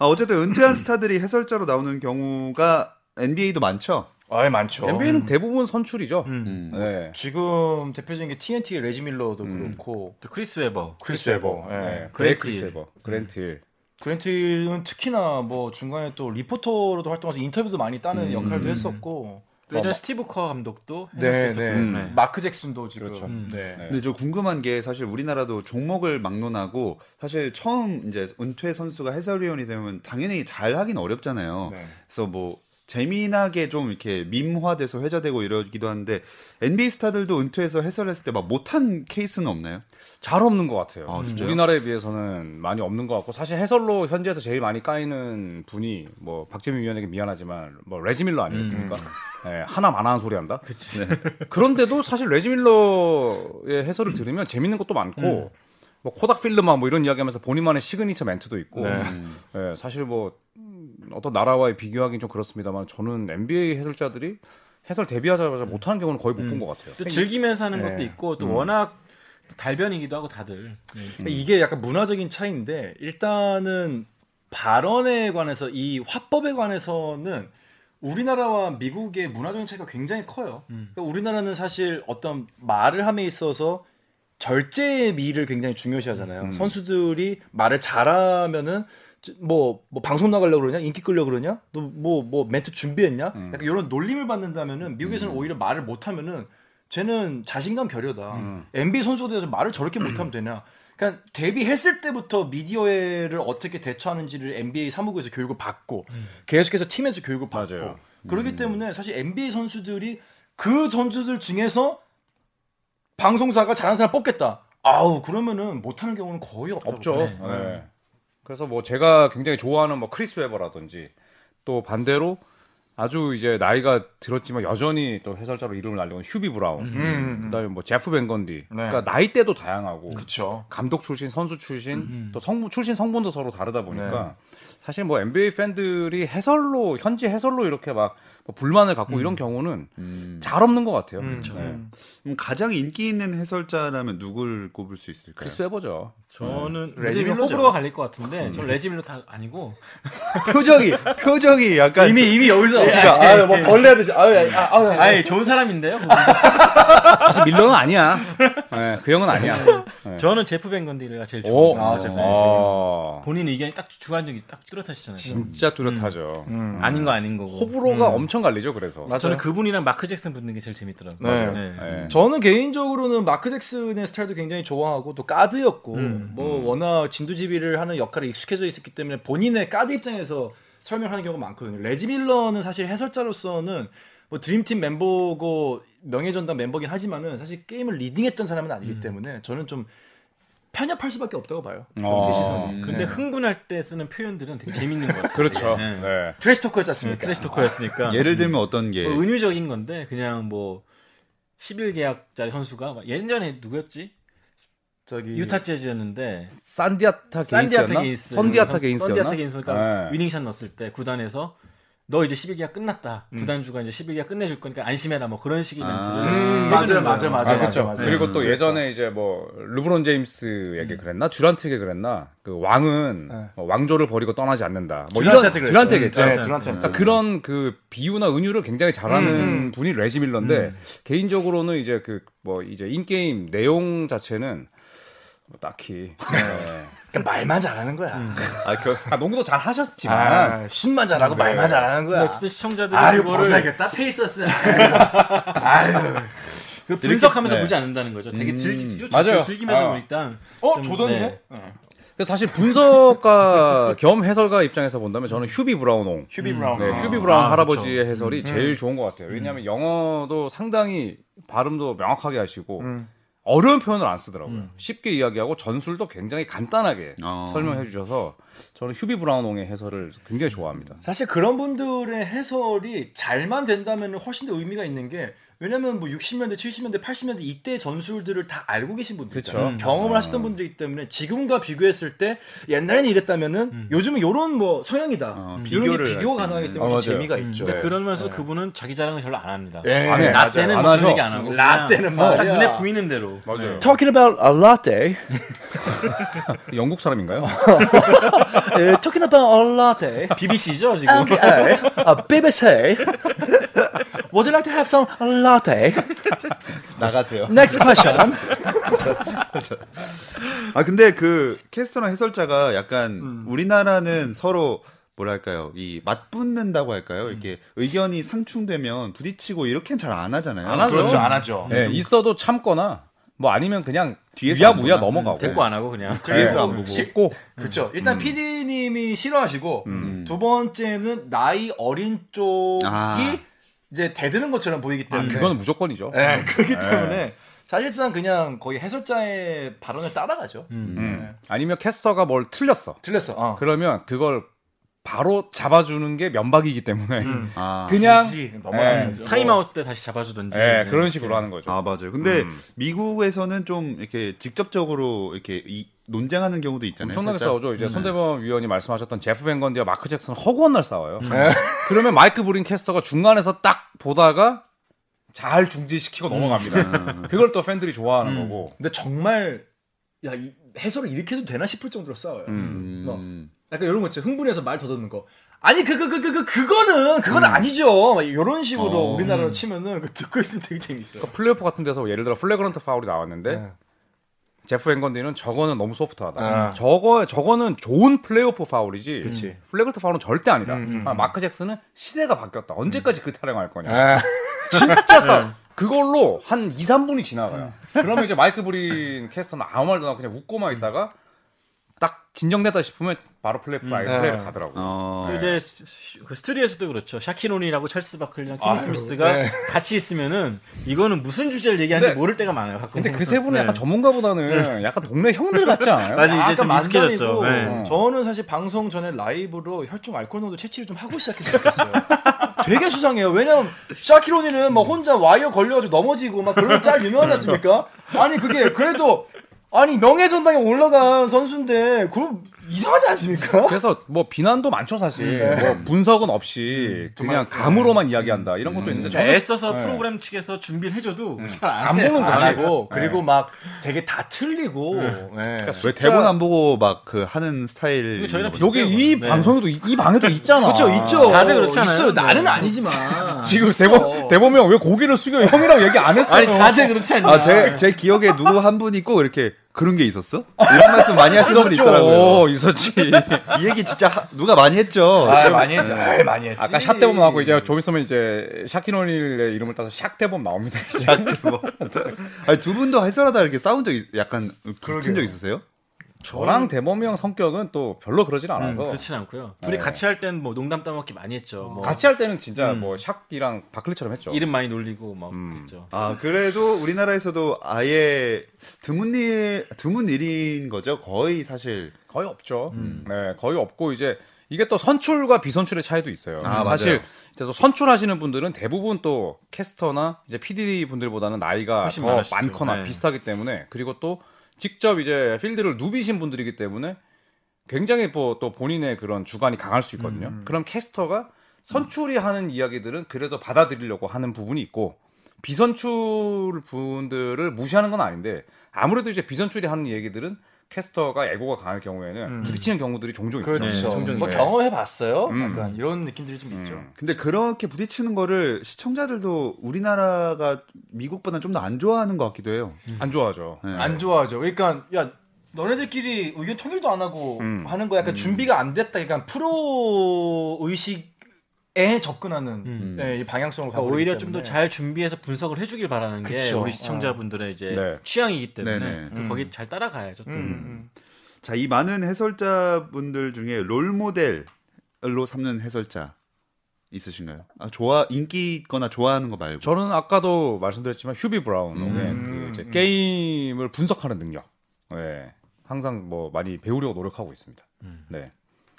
아, 어쨌든 은퇴한 스타들이 해설자로 나오는 경우가 NBA도 많죠.
아이 많죠 음.
NBA는 대부분 선출이죠.
음.
음.
네.
지금 대표적인 게 TNT의 레지밀러도
음.
그렇고
또 크리스 웨버.
크리스 웨버 예.
네.
그랜트
그레이크
힐.
실버, 그랜트 힐.
그랜트는 특히나 뭐 중간에 또 리포터로도 활동해서 인터뷰도 많이 따는
음.
역할도 했었고
또 예전
어,
스티브 커 감독도
네,
해설했었고.
네.
음.
네.
마크 잭슨도 지금
그렇죠.
음.
네.
네.
근데 저 궁금한 게 사실 우리나라도 종목을 막론하고 사실 처음 이제 은퇴 선수가 해설위원이 되면 당연히 잘 하긴 어렵잖아요.
네.
그래서 뭐 재미나게 좀 이렇게 밈화돼서 회자되고 이러기도 하는데 NBA 스타들도 은퇴해서 해설했을 때 막 못한 케이스는 없나요?
잘 없는 것 같아요.
아, 진짜요?
우리나라에 비해서는 많이 없는 것 같고 사실 해설로 현지에서 제일 많이 까이는 분이 뭐 박재민 위원에게 미안하지만 뭐 레지밀러 아니겠습니까?
음,
예, 하나 만한 소리 한다. 네. 그런데도 사실 레지밀러의 해설을 들으면 재밌는 것도 많고
음.
뭐 코닥 필름아 뭐 이런 이야기하면서 본인만의 시그니처 멘트도 있고
네. 음.
예, 사실 뭐 음, 어떤 나라와의 비교하기는 좀 그렇습니다만 저는 NBA 해설자들이 해설 데뷔하자마자
음.
못하는 경우는 거의 못 본 것 같아요.
또 즐기면서 하는
네.
것도 있고 또 워낙 달변이기도 하고 다들. 네.
그러니까 이게 약간 문화적인 차이인데 일단은 발언에 관해서 이 화법에 관해서는 우리나라와 미국의 문화적인 차이가 굉장히 커요. 그러니까 우리나라는 사실 어떤 말을 함에 있어서 절제의 미를 굉장히 중요시하잖아요. 선수들이 말을 잘하면은 뭐, 뭐 방송 나가려고 그러냐 인기 끌려고 그러냐 너 뭐 뭐 멘트 준비했냐 약간 이런 놀림을 받는다면은 미국에서는 오히려 말을 못하면은 쟤는 자신감 결여다 NBA 선수들에서 말을 저렇게 못하면 되냐 그러니까 데뷔했을 때부터 미디어를 어떻게 대처하는지를 NBA 사무국에서 교육을 받고 계속해서 팀에서 교육을 받고
맞아요.
그렇기 때문에 사실 NBA 선수들이 그 선수들 중에서 방송사가 잘하는 사람 뽑겠다. 아우 그러면은 못하는 경우는 거의 없다고.
없죠.
네.
예. 그래서 뭐 제가 굉장히 좋아하는 뭐 크리스 웨버라든지 또 반대로 아주 이제 나이가 들었지만 여전히 또 해설자로 이름을 날리는 휴비 브라운,
음, 음, 음.
그다음에 뭐 제프 벤건디,
네.
그러니까 나이대도 다양하고
그쵸.
감독 출신, 선수 출신, 또 성분 출신 성분도 서로 다르다 보니까 사실 뭐 NBA 팬들이 해설로 현지 해설로 이렇게 막뭐 불만을 갖고 이런 경우는
음.
잘 없는 것 같아요. 네.
음.
그럼 가장 인기 있는 해설자라면 누굴 꼽을 수 있을까요?
크리스 웨버죠.
저는
음.
레지밀러
레지밀러죠.
호불호가 갈릴 것 같은데 저는 레지밀러 다 아니고
표정이 표정이 약간
이미 이미 여기서
그러니까, 아유, 뭐
벌레 듯이 아유 아유
아예 좋은 사람인데요.
사실 밀러는 아니야. 네, 그 형은 아니야. 네.
저는 제프 벤건디가 제일
오,
좋아요.
아,
아,
제프
본인 의견이 딱 주관적이 딱 뚜렷하시잖아요.
진짜 뚜렷하죠.
아닌 거 아닌 거고.
호불호가 엄청 갈리죠. 그래서
맞아요.
저는 그분이랑 마크 잭슨 붙는 게 제일 재밌더라고요.
네.
예.
저는 개인적으로는 마크 잭슨의 스타일도 굉장히 좋아하고 또 까드였고
음.
뭐 워낙 진두지휘를 하는 역할에 익숙해져 있었기 때문에 본인의 까드 입장에서 설명하는 경우가 많거든요. 레지 밀러는 사실 해설자로서는 뭐 드림팀 멤버고 명예전당 멤버긴 하지만은 사실 게임을 리딩했던 사람은 아니기 때문에 저는 좀 편협할 수밖에 없다고 봐요.
아.
경기 시선이.
근데 흥분할 때 쓰는 표현들은 되게 재밌는 것 같아요.
그렇죠.
네.
네.
트래시 토크였지 않습니까?
트래시 토커였으니까.
예를 들면 어떤 게
뭐 은유적인 건데 그냥 뭐 11계약짜리 선수가 막 예전에 누구였지?
저기
유타 재즈였는데
산디아타
산디아타
예. 게인스였나?
게인스
선디아타 게인스였나?
선디아타 게인스가
네.
위닝샷 넣었을 때 구단에서 너 이제 11기가 끝났다.
음.
구단주가 이제 11기가 끝내줄 거니까 안심해라. 뭐 그런 식의
아.
멘트를
음,
맞아요,
해주는
맞아요,
거예요.
맞아요.
아, 그렇죠.
맞아요.
그리고
음,
또 예전에 이제 뭐 르브론 제임스에게 그랬나 듀란트에게 그랬나 그 왕은
네.
뭐 왕조를 버리고 떠나지 않는다. 뭐
듀란트한테 그랬죠.
이런 듀란트겠죠.
네, 듀란트.
그러니까 그런 그 비유나 은유를 굉장히 잘하는 분이 레지 밀러인데 개인적으로는 이제 그 뭐 이제 인 게임 내용 자체는 뭐 딱히 네.
그러니까 말만 잘하는 거야.
아, 그,
아 농구도 잘 하셨지만
아, 신만 잘하고
네.
말만 잘하는
근데
거야.
어쨌든 시청자들이
아유
그거를
벗어야겠다 페이서스.
그 분석하면서
네.
보지 않는다는 거죠. 되게 즐기,
맞아요.
즐기면서
아.
일단
어
좀,
조던이네.
네.
그래서 사실 분석가 겸 해설가 입장에서 본다면 저는 휴비 브라운옹
휴비 음, 브라운.
네, 휴비 브라운 할아버지의 해설이 제일 좋은 것 같아요. 왜냐하면 영어도 상당히 발음도 명확하게 하시고
음.
어려운 표현을 안 쓰더라고요. 쉽게 이야기하고 전술도 굉장히 간단하게
어.
설명해 주셔서 저는 휴비 브라운옹의 해설을 굉장히 좋아합니다.
사실 그런 분들의 해설이 잘만 된다면 훨씬 더 의미가 있는 게 왜냐면 뭐 60년대, 70년대, 80년대 이때 전술들을 다 알고 계신 분들
그쵸.
있잖아요. 경험을 하시던 분들이기 때문에 지금과 비교했을 때 옛날에는 이랬다면은 요즘은 요런 뭐 성향이다.
어,
요런 게
비교를 할수
비교가 가능하기
있는.
때문에
어,
좀
맞아요.
재미가
음,
있죠.
근데 그러면서 그분은 자기 자랑을 별로 안 합니다.
예,
안 해.
나
예. 맞아요.
때는
안
뭐
하죠.
그런 얘기 안 하고
나 때는
그냥
말이야.
딱 눈에 보이는 대로 네.
맞아요.
Talking about a latte.
영국 사람인가요?
에, 예, Talking about a latte.
BBC죠
아,
지금.
Okay, a BBC. Would you like to have some latte?
나가세요.
Next question.
아 근데 그 캐스터나 해설자가 약간 우리나라는 서로 뭐랄까요 이 맞붙는다고 할까요 이렇게 의견이 상충되면 부딪히고 이렇게는 잘 안 하잖아요.
안 하죠.
그렇죠, 안 하죠.
네, 있어도 참거나 뭐 아니면 그냥
뒤에서
위야무야
안 보나?
넘어가고
음,
네.
대꾸 안 하고 그냥.
뒤에서 안 보고.
씹고
그렇죠. 일단
음.
PD님이 싫어하시고 두 번째는 나이 어린 쪽이
아.
이제 대드는 것처럼 보이기 때문에
아, 그건 음. 무조건이죠.
예, 그렇기 때문에 사실상 그냥 거의 해설자의 발언을 따라가죠.
음. 아니면 캐스터가 뭘 틀렸어.
틀렸어. 어.
그러면 그걸 바로 잡아주는 게 면박이기 때문에
음.
아.
그냥
그지,
예.
넘어가야죠.
네. 타임아웃 때 다시 잡아주든지.
예,
네,
그런 식으로 하는 거죠.
아 맞아요. 근데
음.
미국에서는 좀 이렇게 직접적으로 이렇게 이, 논쟁하는 경우도
네,
있잖아요.
엄청나게
살짝.
싸우죠. 이제
음.
손대범 위원이 말씀하셨던 제프 뱅건디와 마크 잭슨 허구한 날 싸워요.
음.
네. 그러면 마이크 브린 캐스터가 중간에서 딱 보다가 잘
음.
중지시키고 넘어갑니다. 그걸 또 팬들이 좋아하는 거고.
근데 정말 야 이, 해설을 이렇게 해도 되나 싶을 정도로 싸워요.
음.
뭐, 약간 이런 거 있죠. 흥분해서 말 더듬는 거. 아니 그 그 그 그 그, 그거는 그건
음.
아니죠. 막 이런 식으로
어.
우리나라로 치면은 그거 듣고 있으면 되게 재밌어요.
그러니까 플레이오프 같은 데서 예를 들어 플래그런트 파울이 나왔는데
네.
제프 앵건디는 저거는 너무 소프트하다.
아.
저거 저거는 좋은 플레이오프 파울이지.
그치.
플래그런트 파울은 절대 아니다.
음, 음,
아, 마크 잭슨은 시대가 바뀌었다. 언제까지 그 타령할 거냐.
아.
진짜 싸. 그걸로 한 2, 3분이 지나가요. 그러면 이제 마이크 브린 캐스터는 아무 말도 안 하고 그냥 웃고만 있다가 딱 진정됐다 싶으면 바로 플레이
네.
플레이 플레이를 가더라고. 요
어.
또 이제 시- 시- 그 스트리에서도 그렇죠. 샤키론이라고 찰스 바클리랑 키니
아유,
스미스가
네.
같이 있으면은 이거는 무슨 주제를 얘기하는지
근데-
모를 때가 많아요. 가끔.
근데 그 세 분은
네.
약간 전문가보다는 약간 동네 형들 같지 않아요?
맞아 이제 좀
만전이
익숙해졌죠.
고
네.
저는 사실 방송 전에 라이브로 혈중 알코올 농도 채취를 좀 하고 시작했어요. 되게 수상해요. 왜냐면 샤키로니는 뭐 혼자 와이어 걸려가지고 넘어지고 막 그런 짤 유명하지 않습니까? 아니 그게 그래도 아니 명예전당에 올라간 선수인데 그럼 이상하지 않습니까?
그래서 뭐 비난도 많죠 사실. 뭐 분석은 없이 그냥 감으로만 이야기한다 이런 것도 있는데
그러니까
저는
애써서
네.
프로그램 측에서 준비를 해줘도 잘
안
안
보는 거지.
아, 그리고
네.
그리고 막 되게 다 틀리고 네.
왜 대본 안 보고 막 그 하는 스타일.
이거 저희랑
뭐-
여기 이
네.
방송에도 이, 이 방에도 있잖아.
그렇죠 있죠
다들 그렇지 않아요?
있어요
네.
나는 아니지만
지금
있어.
대범 대범형 왜 고개를 숙여 형이랑 얘기 안 했어요?
네. 아니 다들 그렇지 않냐?
아, 제, 제 기억에 누구 한 분이 꼭 이렇게 그런 게 있었어? 이런 말씀 많이 하시는
그렇죠.
분이 있더라고요.
아, 있었죠. 있었지.
이 얘기 진짜 하- 누가 많이 했죠.
아, 많이 했지 아, 많이 했지
아까 샷 대범 나오고 이제 좀 있으면 이제 샤키노닐의 이름을 따서 샥 대범 나옵니다. 이제.
아니, 두 분도 해설하다 이렇게 싸운 적 있- 약간 붙은 적
그러게요.
있으세요?
저랑 대범이 형 성격은 또 별로 그러진 않아서
음, 그렇진 않고요.
네.
둘이 같이 할 땐 뭐 농담 따먹기 많이 했죠. 뭐
같이 할 때는 진짜
음.
뭐 샥이랑 바클리처럼 했죠.
이름 많이 놀리고 막
음.
그랬죠.
아, 그래도 우리나라에서도 아예 드문 일, 드문 일인 거죠. 거의 사실.
거의 없죠.
음.
네, 거의 없고 이제 이게 또 선출과 비선출의 차이도 있어요.
아,
사실
맞아요.
이제 또 선출하시는 분들은 대부분 또 캐스터나 이제 PD 분들보다는 나이가
훨씬
더
많으시죠.
많거나
네.
비슷하기 때문에 그리고 또 직접 이제 필드를 누비신 분들이기
음.
때문에 굉장히 뭐 또 본인의 그런 주관이 강할 수 있거든요. 그럼 캐스터가 선출이하는 이야기들은 그래도 받아들이려고 하는 부분이 있고 비선출 분들을 무시하는 건 아닌데 아무래도 이제 비선출이 하는 얘기들은 캐스터가 에고가 강할 경우에는
음.
부딪히는 경우들이 종종 있죠.
네,
그렇죠.
종종
뭐
있어요.
경험해 봤어요.
음.
약간 이런 느낌들이 좀
음.
있죠.
근데 그렇게 부딪히는 거를 시청자들도 우리나라가 미국보다 좀 더 안 좋아하는 것 같기도 해요.
안 좋아하죠.
네.
안 좋아하죠. 그러니까 야 너네들끼리 의견 통일도 안 하고
음.
하는 거 약간 준비가 안 됐다. 그러니까 프로 의식에 접근하는
음.
예, 이 방향성으로
그러니까
가고
오히려 좀 더 잘 준비해서 분석을 해주길 바라는 게
그쵸.
우리 시청자분들의 이제
네.
취향이기 때문에
네네.
그
음.
거기 잘 따라가야죠. 또.
음.
자, 이 많은 해설자분들 중에 롤 모델로 삼는 해설자 있으신가요? 아, 좋아 인기 있거나 좋아하는 거 말고.
저는 아까도 말씀드렸지만 휴비 브라운의 그 이제
음.
게임을 분석하는 능력. 네. 항상 뭐 많이 배우려고 노력하고 있습니다.
음.
네.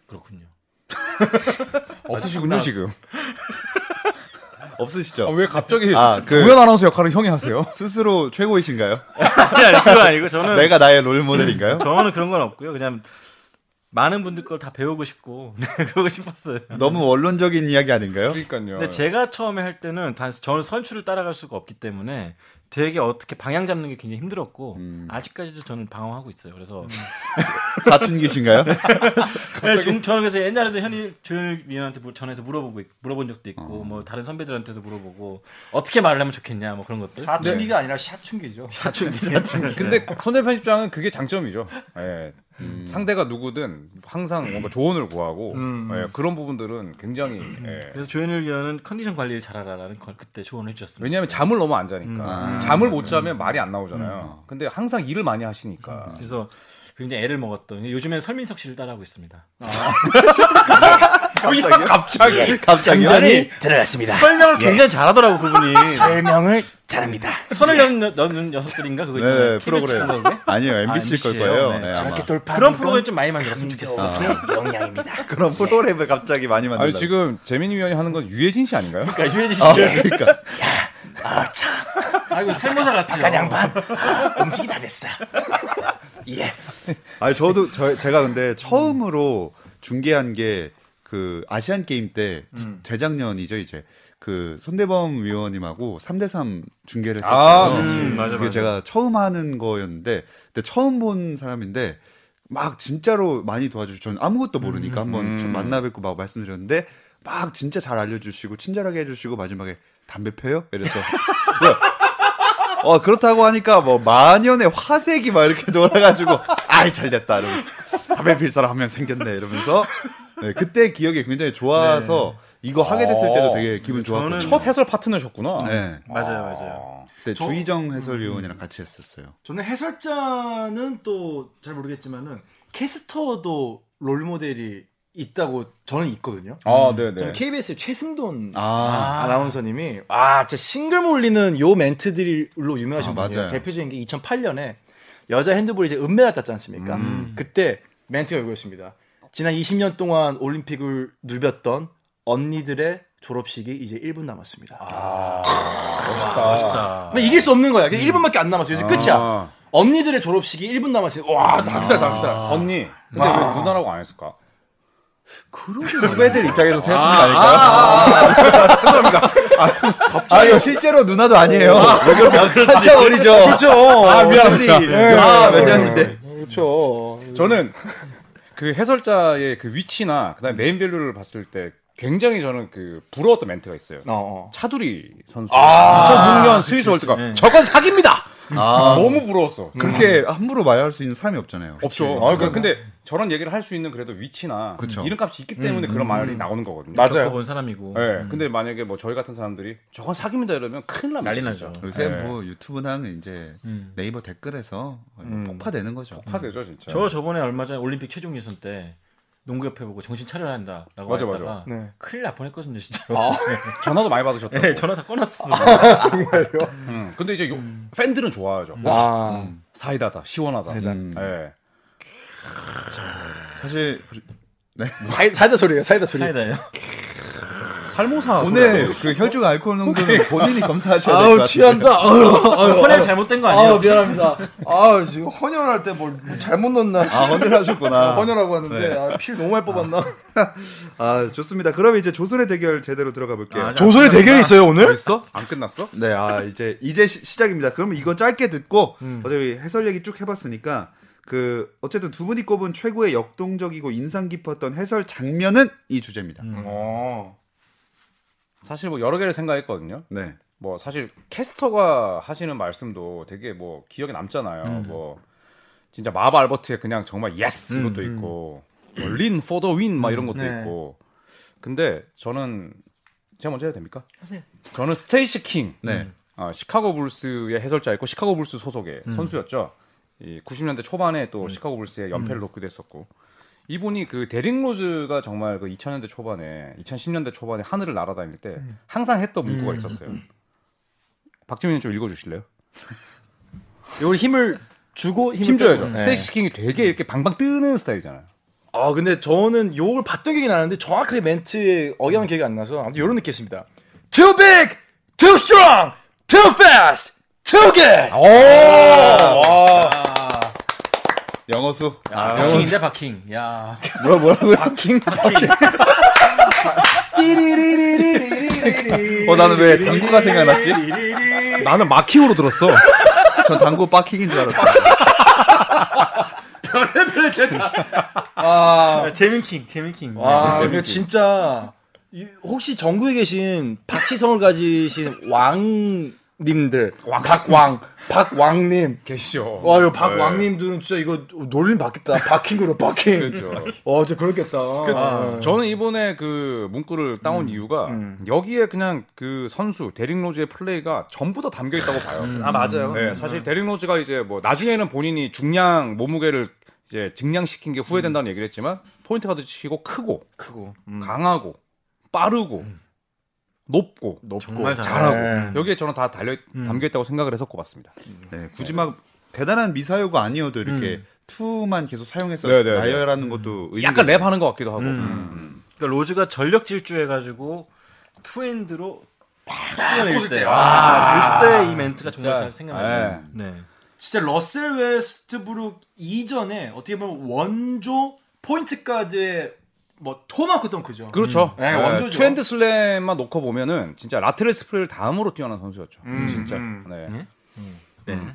그렇군요.
아, 없으시군요 지금.
없으시죠?
아, 왜 갑자기
아, 그-
조연 아나운서 역할을 형이 하세요?
스스로 최고이신가요?
아니 아니 그거 아니고 저는
내가 나의 롤 모델인가요?
저는 그런 건 없고요. 그냥 많은 분들 걸 다 배우고 싶고 네, 그러고 싶었어요.
너무 원론적인 이야기 아닌가요?
그러니까요.
근데 제가 처음에 할 때는 단 저는 선출을 따라갈 수가 없기 때문에 되게 어떻게 방향 잡는 게 굉장히 힘들었고
음.
아직까지도 저는 방황하고 있어요. 그래서
사춘기신가요?
네, 좀- 저는 그래서 옛날에도 현일 조현일 위원한테 물- 전화해서 물어보고 있- 물어본 적도 있고 뭐 다른 선배들한테도 물어보고 어떻게 말을 하면 좋겠냐 뭐 그런 것들.
사춘기가 아니라 샤춘기죠.
근데 손대 편집장은 그게 장점이죠. 예. 상대가 누구든 항상 뭔가 조언을 구하고
음.
예, 그런 부분들은 굉장히 예.
그래서 조현일 위원은 컨디션 관리를 잘하라라는 걸 그때 조언을 해주셨습니다.
왜냐하면 잠을 너무 안 자니까
음.
아,
잠을 못 자면 말이 안 나오잖아요. 근데 항상 일을 많이 하시니까
그래서 굉장히 애를 먹었던 요즘엔 설민석 씨를 따라하고 있습니다.
갑자기
예.
갑자기 갑자기
들어갔습니다.
설명을 굉장히 잘하더라고 그분이. 네.
설명을 잘합니다.
선을 연- 여는 녀석들인가 그거 있잖아요.
네 프로그램
KBS 인가 그게?
아니에요
아,
MBC일 걸
MBC 예요?
거예요.
네.
네, 아마.
저렇게 돌파하는
그런
건
프로그램 좀 많이 만들었으면 좋겠어.
감독의 역량입니다.
그런 프로그램을 갑자기 많이
아니
만들려고.
지금 재민 위원이 하는 건 유해진 씨 아닌가요?
그러니까 유해진 씨를
그러니까
아, 참.
아이고 살모사 같아요.
약간 양반. 아, 음식이 다 됐어. 예.
아니 저도 저 제가 근데 처음으로 중계한 게 그 아시안 게임 때 지-
음.
재작년이죠 이제 그 손대범 위원님하고 3대3 중계를 했었어요.
아, 그치.
음, 맞아,
그게
맞아.
제가 처음 하는 거였는데 근데 처음 본 사람인데 막 진짜로 많이 도와주시고 저는 아무것도 모르니까 한번 좀 만나 뵙고 막 말씀드렸는데 막 진짜 잘 알려주시고 친절하게 해주시고 마지막에 담배 펴요? 이래서 어 그렇다고 하니까 뭐 만연의 화색이 막 이렇게 돌아가지고 아이 잘됐다 이러면서 담배 필 사람 한 명 생겼네 이러면서 네, 그때 기억이 굉장히 좋아서 이거 하게 됐을 때도 되게 기분 좋았거든요.
저는
첫 해설 파트너셨구나.
네,
맞아요, 맞아요.
그때 주희정 해설위원이랑 같이 했었어요.
저는 해설자는 또 잘 모르겠지만은 캐스터도 롤 모델이 있다고 저는 있거든요.
아, 네, 네.
저는 KBS의 최승돈
아,
아. 나운서님이 와, 진짜 싱글 몰리는 요 멘트들로 유명하신
아,
분이에요.
맞아요.
대표적인 게 2008년에 여자 핸드볼 이제 은메달 땄지 않습니까?
음.
그때 멘트가 이거였습니다. 지난 20년 동안 올림픽을 누볐던 언니들의 졸업식이 이제 1분 남았습니다.
아,
근데 이길 수 없는 거야. 그냥 1분밖에 안 남았어. 이제 끝이야.
아,
언니들의 졸업식이 1분 남았어요. 와, 낙살, 낙살.
아.
언니. 근데 왜 누나라고 안 했을까?
후배들 입장에서 생각하는 거 아닐까요? 죄송합니다. 아, 니 실제로 누나도 아니에요. 한참 어리죠. 그렇죠. 아,
네,
미안합니다. 아, 몇 년인데.
그렇죠.
저는 그 해설자의 그 위치나 그다음에 메인 밸류를 봤을 때 굉장히 저는 그 부러웠던 멘트가 있어요.
아.
어, 어.
차두리 선수 2006년 스위스 월드컵
네.
저건 사기입니다.
아,
너무 부러웠어.
그렇게 함부로 말할 수 있는 사람이 없잖아요.
없죠.
아,
그러니까 근데 저런 얘기를 할 수 있는 그래도 위치나
그쵸.
이름값이 있기 때문에 그런 말이 나오는 거거든요.
맞아요. 본 사람이고 음.
예. 근데 만약에 뭐 저희 같은 사람들이 저건 사기입니다 이러면 큰일 납니다.
난리 나죠.
요새
네.
뭐 유튜브나 이제 네이버 댓글에서
음.
폭파되는 거죠. 음.
폭파되죠 진짜.
저 저번에 얼마 전에 올림픽 최종 예선 때 농구협회 보고 정신 차려야 한다라고
맞아, 아.
했다가
맞아.
네.
큰일 날 뻔했거든요, 진짜.
전화도 많이 받으셨다고.
네, 전화 다 끊었어.
아,
음, 근데 이제 요- 팬들은 좋아하죠.
와.
음. 사이다다 시원하다.
음.
예.
사실
사이, 사이다 소리예요. 사이다 소리.
사이다예요.
아,
살모사
오늘 그 혈중 알코올 농도는 본인이 검사하셔야 될 것
아우
같아요.
취한다. 아유,
헌혈 잘못된 거 아니에요?
아유, 아유 미안합니다. 아 지금 헌혈할 때 뭘뭐 잘못 넣었나?
아, 헌혈하셨구나.
헌혈하고 왔는데 아, 피를 너무 많이 뽑았나?
아 좋습니다. 그럼 이제 조선의 대결 제대로 들어가 볼게요.
아, 네.
조선의 대결이 있어요 오늘?
벌써? 안 끝났어?
네, 아 이제 이제 시, 작입니다 그러면 이거 짧게 듣고 어차피 해설 얘기 쭉 해봤으니까 그 어쨌든 두 분이 꼽은 최고의 역동적이고 인상 깊었던 해설 장면은 이 주제입니다.
음.
어. 사실 뭐 여러 개를 생각했거든요.
네,
뭐 사실 캐스터가 하시는 말씀도 되게 뭐 기억에 남잖아요. 뭐 진짜 마바 알버트의 그냥 정말 예스 이것도 있고 뭐 린 포더 윈 막 이런 것도
네.
있고. 근데 저는 제가 먼저 해도 됩니까? 하세요. 저는 스테이시 킹.
네.
아, 시카고 불스의 해설자였고 시카고 불스 소속의 선수였죠. 이 90년대 초반에
네.
또 시카고
음.
불스의 연패를 돕기도 했었고 이분이 그 데릭 로즈가 정말 그 2000년대 초반에 2010년대 초반에 하늘을 날아다닐 때
음.
항상 했던 문구가 있었어요. 박지민님 좀 읽어주실래요?
이걸 힘을 주고
힘 줘야죠.
빼고. 네.
스테이시 킹이 되게 이렇게 방방 뜨는 스타일이잖아요.
아 근데 저는 욕을 봤던 기억이 나는데 정확하게 멘트의 억양 기억이 안 나서 아무튼 이런 느낌이었습니다. Too big, too strong, too fast, too good.
영어수.
박킹인데 박킹. 야.
뭐라 뭐라고요? 어 나는 왜 당구가 생각났지?
나는 마킹으로 들었어.
전 당구 빡킹인 줄 알았어.
아,
재민킹, 재민킹.
와, 근데 아, 그러니까 진짜 이- 혹시 전국에 계신 박시성을 가지신 왕님들, 박왕, 박왕님.
계시죠.
와, 이 박왕님들은 진짜 이거 놀림 받겠다. 박킹으로 박킹. 그렇죠. 와, 진짜 그렇겠다. 아.
저는 이번에 그 문구를 따온 이유가 여기에 그냥 그 선수 데릭 로즈의 플레이가 전부 다 담겨 있다고 봐요.
아, 맞아요.
네, 사실 데릭 로즈가 이제 뭐 나중에는 본인이 중량 몸무게를 이제 증량시킨 게 후회된다는 얘기를 했지만 포인트 가드 치고 크고 음,
크고
강하고 빠르고 높고
정말 잘하고.
잘하고 음.
네.
여기에 저는 다 달려 담겨 있다고 생각을 해서 꼽았습니다.
네 굳이 막 대단한 미사요가 아니어도 이렇게
음.
투만 계속 사용해서
네, 네, 네.
나열하는 것도 의미가
약간 랩하는 것 같기도 하고. 음.
그러니까 로즈가 전력 질주해가지고 투핸드로
아,
팍 뛰어낼 때. 와, 그때 이 멘트가 정말 잘
아.
생각나요. 네.
진짜 러셀 웨스트브룩 이전에 어떻게 보면 원조 포인트까지의 뭐 토마크 덩크죠.
그렇죠.
네, 원조죠.
트렌드 슬램만 놓고 보면은 진짜 라트레 스프레를 다음으로 뛰어난 선수였죠. 진짜.
음.
네.
네.
음.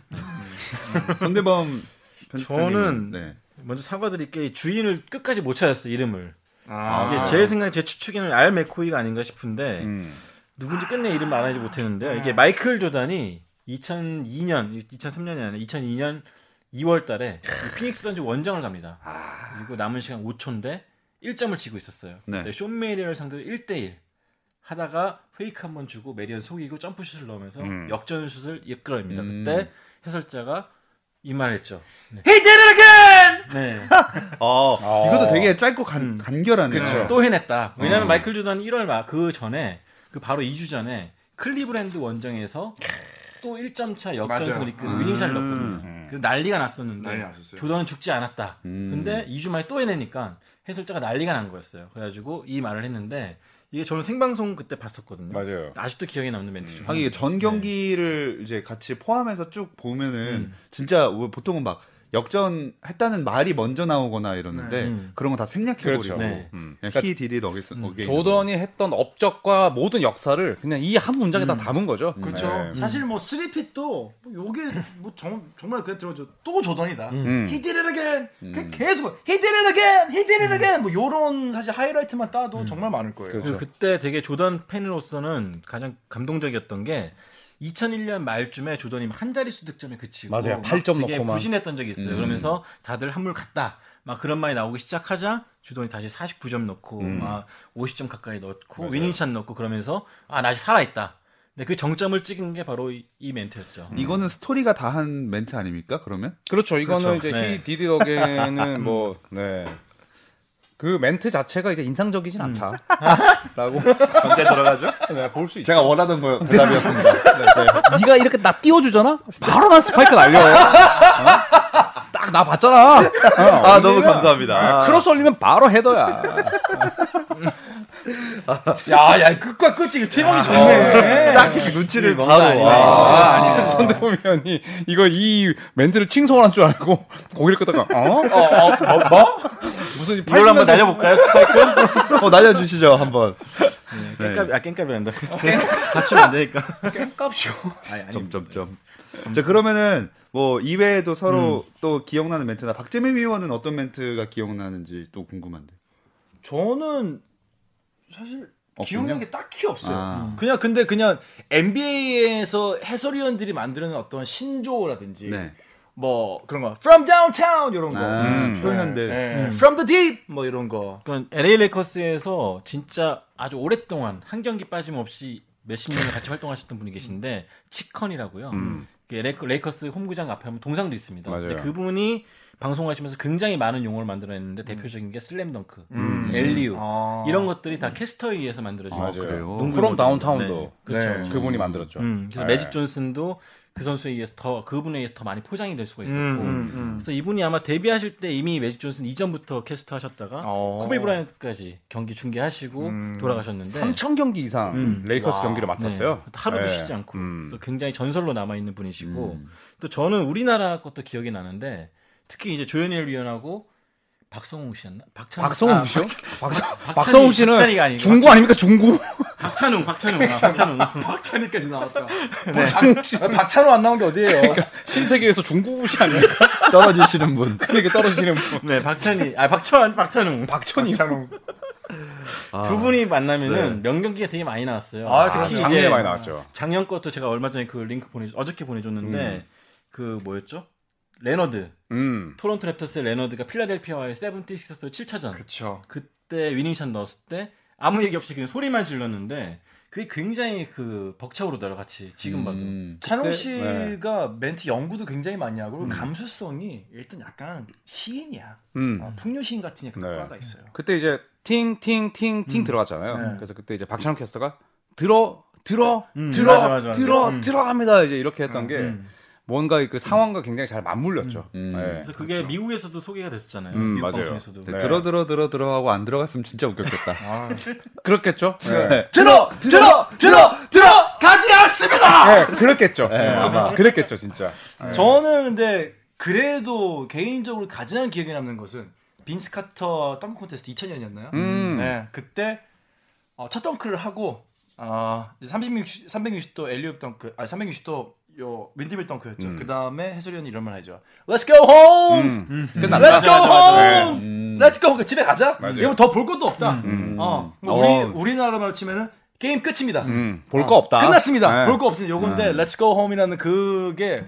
손대범 편집장님.
저는-
네.
먼저 사과드릴 게 주인을 끝까지 못 찾았어 이름을.
아. 네.
이게 아, 제 생각, 제 추측에는 알 맥코이가 아닌가 싶은데
음.
누군지 끝내 이름 말하지 못했는데 이게 마이클 조단이 2002년, 2003년이 아니라 2002년 2월달에 피닉스 선지 원정을 갑니다. 그리고 남은 시간 5초인데 1점을 지고 있었어요.
네.
근데 쇼 메리언을 상대로 1대1 하다가 페이크 한 번 주고 메리언 속이고 점프슛을 넣으면서
음.
역전슛을 이끌어냅니다.
음.
그때 해설자가 이 말했죠. 네.
He did it again!
네.
어, 이것도 되게 짧고 간, 간결하네요.
그쵸.
또 해냈다. 왜냐하면 마이클 조던이 1월 말 그 전에 그 바로 2주 전에 클리브랜드 원정에서 또 1점 차 역전승을 이끈 위닝샷을 넣었거든요. 그래서 음. 난리가 났었는데 조던은 죽지 않았다.
음.
근데 2주 만에 또 해내니까 해설자가 난리가 난 거였어요. 그래가지고 이 말을 했는데 이게 저는 생방송 그때 봤었거든요.
맞아요.
직도 기억에 남는 멘트 중.
하긴 이게 전 경기를 이제 같이 포함해서 쭉 보면은
음.
진짜 뭐 보통은 막 역전했다는 말이 먼저 나오거나 이러는데
음.
그런 거 다 생략해버리고
그렇죠.
네.
네. 음.
그냥 히 디디 너겟스
조던이 했던 업적과 모든 역사를 그냥 이 한 문장에 다 담은 거죠.
그렇죠.
네.
네. 음.
사실 뭐 3핏도 요게 뭐 정, 정말 그냥 들어줘 또 조던이다.
음.
He did it again. 그 계속 He did it again. He did it again. 뭐 요런 사실 하이라이트만 따도 정말 많을 거예요.
그렇죠.
음. 그리고 그때 되게 조던 팬으로서는 가장 감동적이었던 게 2001년 말쯤에 조던이 한 자릿수 득점에 그치고
맞아요.
막
팔점 음.
되게
넣고 막.
부진했던 적이 있어요. 그러면서 다들 한물 갔다. 막 그런 말이 나오기 시작하자 조던이 다시 49점 넣고
음.
막 50점 가까이 넣고 위닝샷 넣고 그러면서 아, 나 아직 살아 있다. 근데 그 정점을 찍은 게 바로 이, 이 멘트였죠.
음.
음.
이거는 스토리가 다 한 멘트 아닙니까? 그러면
그렇죠. 이거는
그렇죠.
이제
네.
히 디디 덕에는 뭐 네. 그 멘트 자체가 이제 인상적이진 않다라고
언제 들어가죠?
네, 볼수 있죠. 네.
제가 원하던 거 대답이었습니다.
네가 이렇게 나 띄워주잖아. 바로 난 스파이크 날려. 어? 딱 나 봤잖아.
아 너무 감사합니다.
크로스 올리면 바로 헤더야.
야, 야, 끝과 끝이 이거 팀워크 좋네.
아,
딱 이렇게 눈치를
뭔가
바로.
아니네.
와.
아, 아니 손대범 위원이 이걸 이 멘트를 칭송한 줄 알고 고개를 끄다가 어? 어, 어, 뭐? 뭐? 무슨
이걸로 한번
80년대
날려볼까요? 스파이크?
어, 날려주시죠, 한번.
네.
깽값, 아, 깽값이란다. 다치면 안 되니까.
점점점. 자 그러면은 뭐 이외에도 서로 또 기억나는 멘트나 박재민 위원은 어떤 멘트가 기억나는지 또 궁금한데.
저는 사실 기억나는 게 딱히 없어요.
아.
음. 그냥 근데 그냥 NBA에서 해설위원들이 만드는 어떤 신조어라든지
네.
뭐 그런 거 from downtown 이런 거
아,
음.
표현들.
예, from the deep 뭐 이런 거
그건 LA 그러니까 레이커스에서 진짜 아주 오랫동안 한 경기 빠짐없이 몇십 년을 같이 활동하셨던 분이 계신데 치컨이라고요.
음.
그 레이커- 레이커스 홈구장 앞에 하면 동상도 있습니다.
맞아요.
근데 그분이 방송하시면서 굉장히 많은 용어를 만들어냈는데 대표적인 게 슬램덩크,
음.
엘리우
아.
이런 것들이 다 캐스터에 의해서 만들어진
아,
거예요.
그래요?
농구
프롬
모델.
다운타운도.
네, 그렇죠.
네.
그분이 만들었죠.
음, 그래서
네.
매직 존슨도 그 선수에 의해서 더 그분에 의해서 더 많이 포장이 될 수가 있었고
음, 음, 음.
그래서 이분이 아마 데뷔하실 때 이미 매직 존슨 이전부터 캐스터 하셨다가
어.
코비 브라이언트까지 경기 중계하시고
음.
돌아가셨는데
3천 경기 이상
음.
레이커스
와.
경기를
네,
맡았어요.
하루도
네.
쉬지 않고
음.
그래서 굉장히 전설로 남아 있는 분이시고
음.
또 저는 우리나라 것도 기억이 나는데 특히 이제 조현일 위원하고 박성웅 씨였나? 박찬
박성웅
아,
씨요?
박찬-
박성웅 씨는
박찬희가 아니고
중구 네, 아닙니까 중구?
박찬웅 박찬웅 아, 박찬웅
박찬희까지 나왔다.
네.
박찬호 씨. 아, 박찬호 안 나온 게 어디예요?
그러니까. 신세계에서 중구 씨 아닙니까?
떨어지시는 분.
그러니까 떨어지는 분.
네 박찬희 아 박찬 박찬웅
박천이 아.
두 분이 만나면은
네.
명경기가 되게 많이 나왔어요.
아,
특히
작년에
이제
그렇죠. 많이 나왔죠.
작년 것도 제가 얼마 전에 그 링크 보내 어저께 보내줬는데 그 뭐였죠? 레너드
음.
토론토 랩터스의 레너드가 필라델피아와의 세븐티식스로 7차전
그렇죠.
그때 위닝샷 넣었을 때 아무 얘기 없이 그냥 소리만 질렀는데 그게 굉장히 그 벅차오르더라 같이 지금 봐도
음.
찬홍
그때- 네.
씨가 멘트 연구도 굉장히 많이 하고 그리고 감수성이 일단 약간 시인이야.
음.
어, 풍류 시인 같은 약간
네.
효과가 있어요.
그때 이제 팅팅팅팅 들어갔잖아요.
네.
그래서 그때 이제 박찬욱 캐스터가 들어 들어
음,
들어
맞아, 맞아, 맞아.
들어
음.
들어갑니다. 이제 이렇게 했던 게
음.
뭔가 그 상황과 굉장히 잘 맞물렸죠.
음.
네.
그래서 그게 미국에서도 소개가 됐었잖아요
음,
미국
맞아요.
방송에서도
네.
들어 들어 들어 들어 하고 안 들어갔으면 진짜 웃겼겠다.
그렇겠죠. 네.
들어 들어 들어 들어 가지 않습니다.
네, 그렇겠죠. 네, 아마 그랬겠죠, 진짜.
저는 근데 그래도 개인적으로 가장 기억에 남는 것은 빈스 카터 덩크 콘테스트 2000년이었나요?
음.
네, 그때 어, 첫 덩크를 하고 어, 360, 360도 엘리웁 덩크, 아 360도 요 윈드밀 덩크였죠.
음.
그 다음에 해설위원이 이런 말 하죠. Let's go home.
음.
Let's
끝났다. 네.
맞아,
go
맞아, 맞아.
home.
음.
Let's go. 그러니까 집에 가자.
맞아요.
이러면 더 볼 것도 없다.
음.
어, 뭐
어.
우리 우리나라 말로 치면은 게임 끝입니다.
음. 볼 거 없다.
어. 끝났습니다.
네.
볼 거 없으니 요건데 Let's Go Home이라는 그게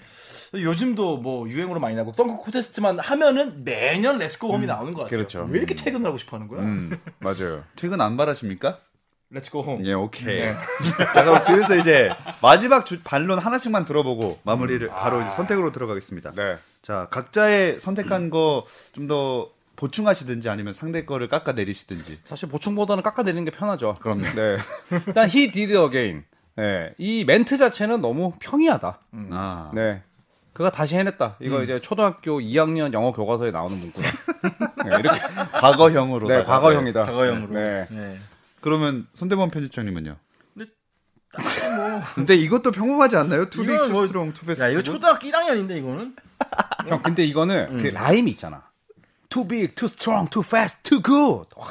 요즘도 뭐 유행으로 많이 나고 덩크 콘테스트만 하면은 매년 Let's Go Home이 나오는 것 같아요.
그렇죠.
왜 이렇게 퇴근을 하고 싶어 하는 거야?
음. 맞아요.
퇴근 안 바라십니까?
Let's Go Home.
예, 오케이. 자, 그럼 슬슬 이제 마지막 주- 반론 하나씩만 들어보고 마무리를 바로 이제 선택으로 들어가겠습니다.
네.
자, 각자의 선택한 거 좀 더 보충하시든지 아니면 상대 거를 깎아 내리시든지.
사실 보충보다는 깎아내리는 게 편하죠.
그럼요.
네. 일단 he did again. 네. 이 멘트 자체는 너무 평이하다.
아.
네. 그가 다시 해냈다.
음.
이거 이제 초등학교 2학년 영어 교과서에 나오는 문구다. 네, 이렇게
과거형으로.
네, 과거형이다.
과거형으로.
네.
네.
그러면 손대범 편집장님은요?
근데 뭐.
근데 이것도 평범하지 않나요? 투비
이건 뭐-
투스트롱 투베스.
야 이거 초등학교 1학년인데 이거는 그
형, 근데 이거는
음.
그 라임이 있잖아. Too big, too strong, too fast, too good. 와,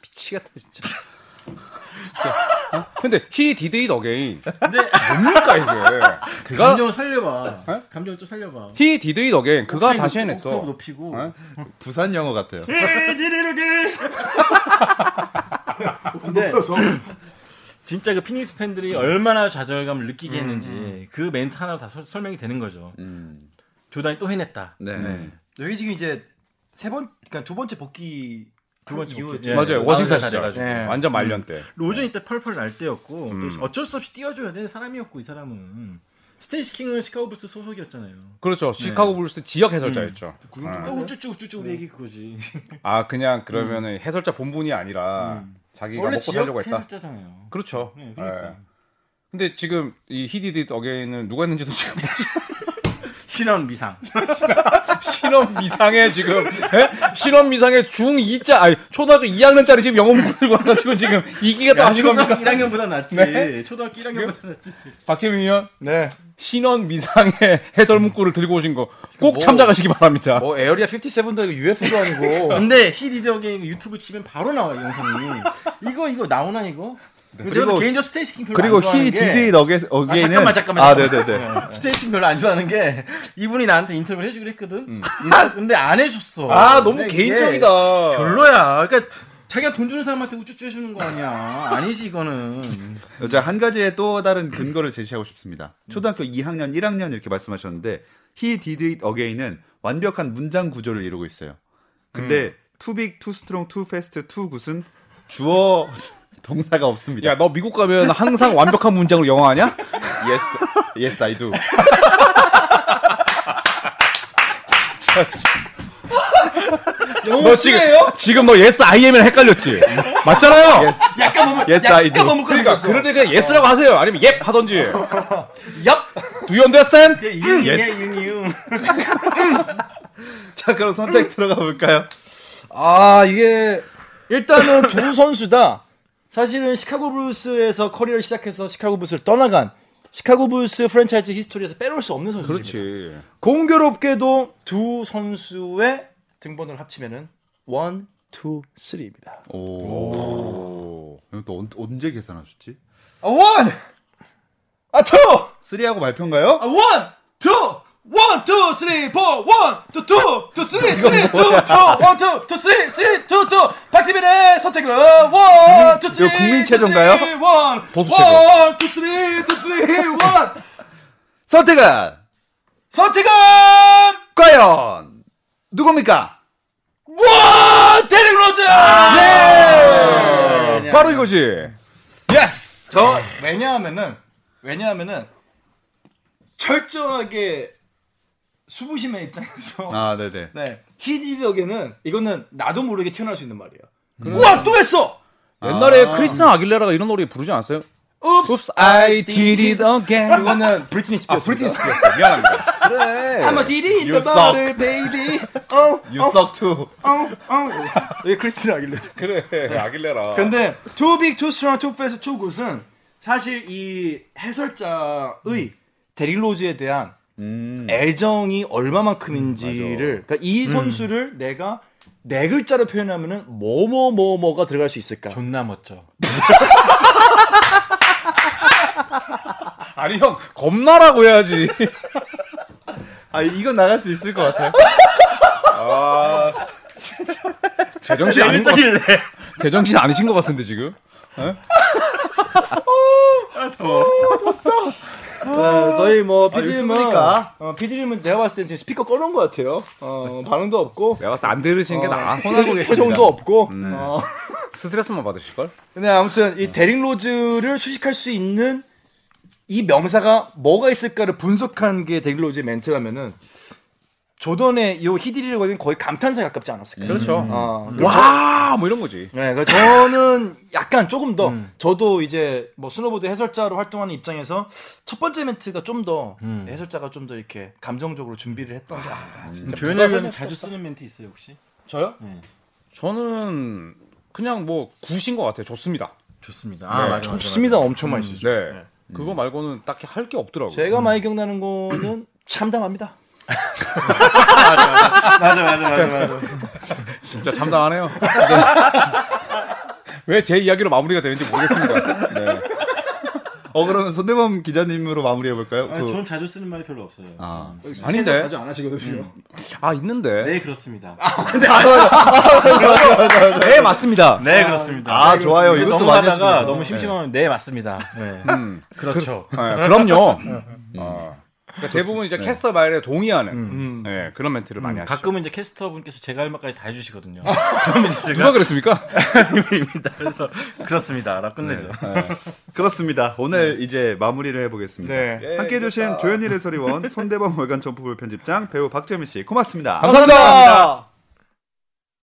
미치겠다, 진짜. 진짜. 어? 근데 he did it again.
근데
뭡니까, 이게. 그가
감정을 살려봐 감정을 좀 살려봐
he did it again. 네? 그가
옥타이브
다시
높-
해냈어.
옥타이브 높이고
어?
부산 영어 같아요.
네. 근데 진짜 그 피닉스 팬들이 얼마나 좌절감을 느끼게
음,
했는지 그 멘트 하나로 다 설- 설명이 되는 거죠.
음.
조단이 또 해냈다.
네.
여기 지금 이제 세 번, 그러니까 두 번째 복귀 두 번째 이후
예.
맞아요. 워싱턴
아웃사이드
시절.
잘해가지고.
네.
완전 말년 때.
로전이 때 펄펄 날 때였고
음.
또 어쩔 수 없이 뛰어줘야 되는 사람이었고 이 사람은 스테이시 킹은 시카고 불스 소속이었잖아요.
그렇죠. 시카고 불스 지역 해설자였죠. 어.
또 우쭈쭈 우쭈쭈 우리 얘기 그거지.
아 그냥 그러면은 해설자 본분이 아니라 자기가
원래
먹고
지역
살려고 했다.
해설자잖아요.
그렇죠.
네, 그러니까.
예. 근데 지금 이 히디디 어게인은 누가 했는지도 지금 모르-
신원 미상.
실험 미상에 지금 예? 실험 미상에 중 2자 아니 초등학교 2학년짜리 지금 영어 문고 들고 와가지고 지금 이기가 또 하신
초등학교
겁니까? 그러니까.
1학년보다 낫지.
네.
초등학교 1학년보다 낫지.
박재민 의원
네.
신원 미상의 해설 문구를 들고 오신 거 꼭
뭐-
참작하시기 바랍니다.
뭐 에어리아 57도 아니고 UFO도
어.
아니고.
근데 히리더 게임 유튜브 치면 바로 나와요 영상이. 이거 이거 나오나 이거? 그리고
네,
그리고-
개인적 스테이시킹 별로
그리고
안 좋아하는
히
게-
디디 너겟 어게인은
잠깐만, 잠깐만.
아 네네네.
스테이신 별로 안 좋아하는 게 이분이 나한테 인터뷰를 해주기로 했거든. 인터- 근데 안 해줬어.
음. 아 너무
근데 이게
개인적이다.
별로야. 그러니까 자기가 돈 주는 사람한테 우쭈쭈 해주는 거 아니야. 아니지 이거는.
자, 한 가지의 또 다른 근거를 제시하고 싶습니다. 초등학교 2학년, 1학년 이렇게 말씀하셨는데 he did it again은 완벽한 문장 구조를 이루고 있어요. 근데
음.
too big, too strong, too fast, too good은 주어 동사가 없습니다.
야 너 미국 가면 항상 완벽한 문장으로 영어하냐?
yes, yes I do.
너 지금 지금 너 yes I am이랑 헷갈렸지? 맞잖아요.
약간 머물,
Yes, I do.
그러니까 그럴 때 그냥 yes라고 하세요. 아니면 yep 하던지. yep. Do you
그
understand?
이응이야 이응이응.
자, 그럼 선택 들어가 볼까요?
아 이게 일단은 두 선수 다 사실은 시카고 불스에서 커리어를 시작해서 시카고 불스를 떠나간 시카고 불스 프랜차이즈 히스토리에서 빼놓을 수 없는 선수입니다.
그렇지.
공교롭게도 두 선수의 등번호를 합치면은 1, 2, 3입니다.
오. 이거 또 언, 언제 계산하셨지?
아 1! 아 2!
3하고 말편가요?
아 1! 2! 1, 2, 3, 4, 1, 2, 2, 2, 3, 3, 2, 2, 1, 2, 2, 3, 3, 2, 2, 박지민의 선택은 1, 2, 3,
이거 국민체조인가요?
1, 1, 2, 3,
보수체조.
2, 3, 1
선택은
선택은
과연 누굽니까?
와 데릭 로즈!
바로 이거지.
예스! 저 어, 왜냐하면은 왜냐하면은 철저하게 수부심의 입장에서
아, 네네.
네 히디덕에는 이거는 나도 모르게 튀어나올 수 있는 말이에요. 우와 또 했어!
아.
옛날에 크리스탄 아길레라가 이런 노래 부르지 않았어요?
Oops,
I did it again.
이거는 브리트니 스피어스. 뭐,
아, 브리티니 스피어스. 미안합니다.
I'm a did in the
You
bottle, baby. Oh,
You suck too.
oh, oh. 이게 크리스틴 아길레.
그래, 아길레라.
근데 Too Big, Too Strong, Too Fast, Too Good은 사실 이 해설자의 데릴 로즈에 대한
음.
애정이 얼마만큼인지를 그러니까 이 선수를 내가 네 글자로 표현하면은 뭐, 뭐뭐뭐뭐가 들어갈 수 있을까?
존나 멋져.
아니 형 겁나라고 해야지.
아, 이건 나갈 수 있을 것 같아요.
제정신 아닌 것 같... 제정신 아니신 것 같은데 지금.
어, 저희 뭐 PD님은
아, 유튜브니까.
어, PD님은 제가 봤을 때 지금 스피커 꺼놓은 것 같아요. 어, 반응도 없고
내가 봤을 때 안
어.
들으시는 게 나아.
혼나고 계십니다. 네.
표정도 없고. 어,
스트레스만 받으실 걸.
근데 아무튼 이 데릭 로즈를 수식할 수 있는 이 명사가 뭐가 있을까를 분석한 게 데릭 로즈의 멘트라면은 조던의 이 히디리거든 거의 감탄사에 가깝지 않았을까?
음.
그렇죠.
어,
와, 뭐 이런 거지.
네, 그러니까 저는 약간 조금 더
음.
저도 이제 뭐 스노보드 해설자로 활동하는 입장에서 첫 번째 멘트가 좀 더
음.
해설자가 좀 더 이렇게 감정적으로 준비를 했던 게 아닌가.
조연하면 자주 쓰는 멘트 있어요 혹시?
저요?
네.
저는 그냥 뭐 구신 것 같아요. 좋습니다.
좋습니다. 아
네,
맞아.
좋습니다,
음.
엄청 많이 쓰죠.
네. 그거 말고는 딱히 할 게 없더라고요.
제가 많이 기억나는 거는 참담합니다.
맞아 맞아 맞아 맞아.
진짜 참담하네요. 왜 제 이야기로 마무리가 되는지 모르겠습니다. 네.
어 그러면 손대범 기자님으로 마무리해 볼까요?
그
아, 저는 자주 쓰는 말이 별로 없어요.
아.
아닌데.
자주 안 하시거든요.
아 있는데.
네 그렇습니다.
아.
네, 맞습니다.
네 그렇습니다.
아, 좋아요. 이것도 많이
넘어가다가
하시네요.
너무 심심하면 네, 맞습니다. 네.
음,
그렇죠.
네, 그럼요. 어. 그러니까 대부분 이제 캐스터 말에 동의하는
음.
네, 그런 멘트를 많이 하시죠.
가끔은 이제 캐스터분께서 제가 할 말까지 다 해주시거든요.
아.
그럼 이제
누가
제가
그랬습니까?
입니다. 그래서 그렇습니다라고 끝내죠.
네.
그렇습니다. 오늘 이제 마무리를 해보겠습니다.
네.
함께 해주신 조현일 해설위원, 손대범 월간 점프볼 편집장, 배우 박재민 씨 고맙습니다.
감사합니다.
감사합니다.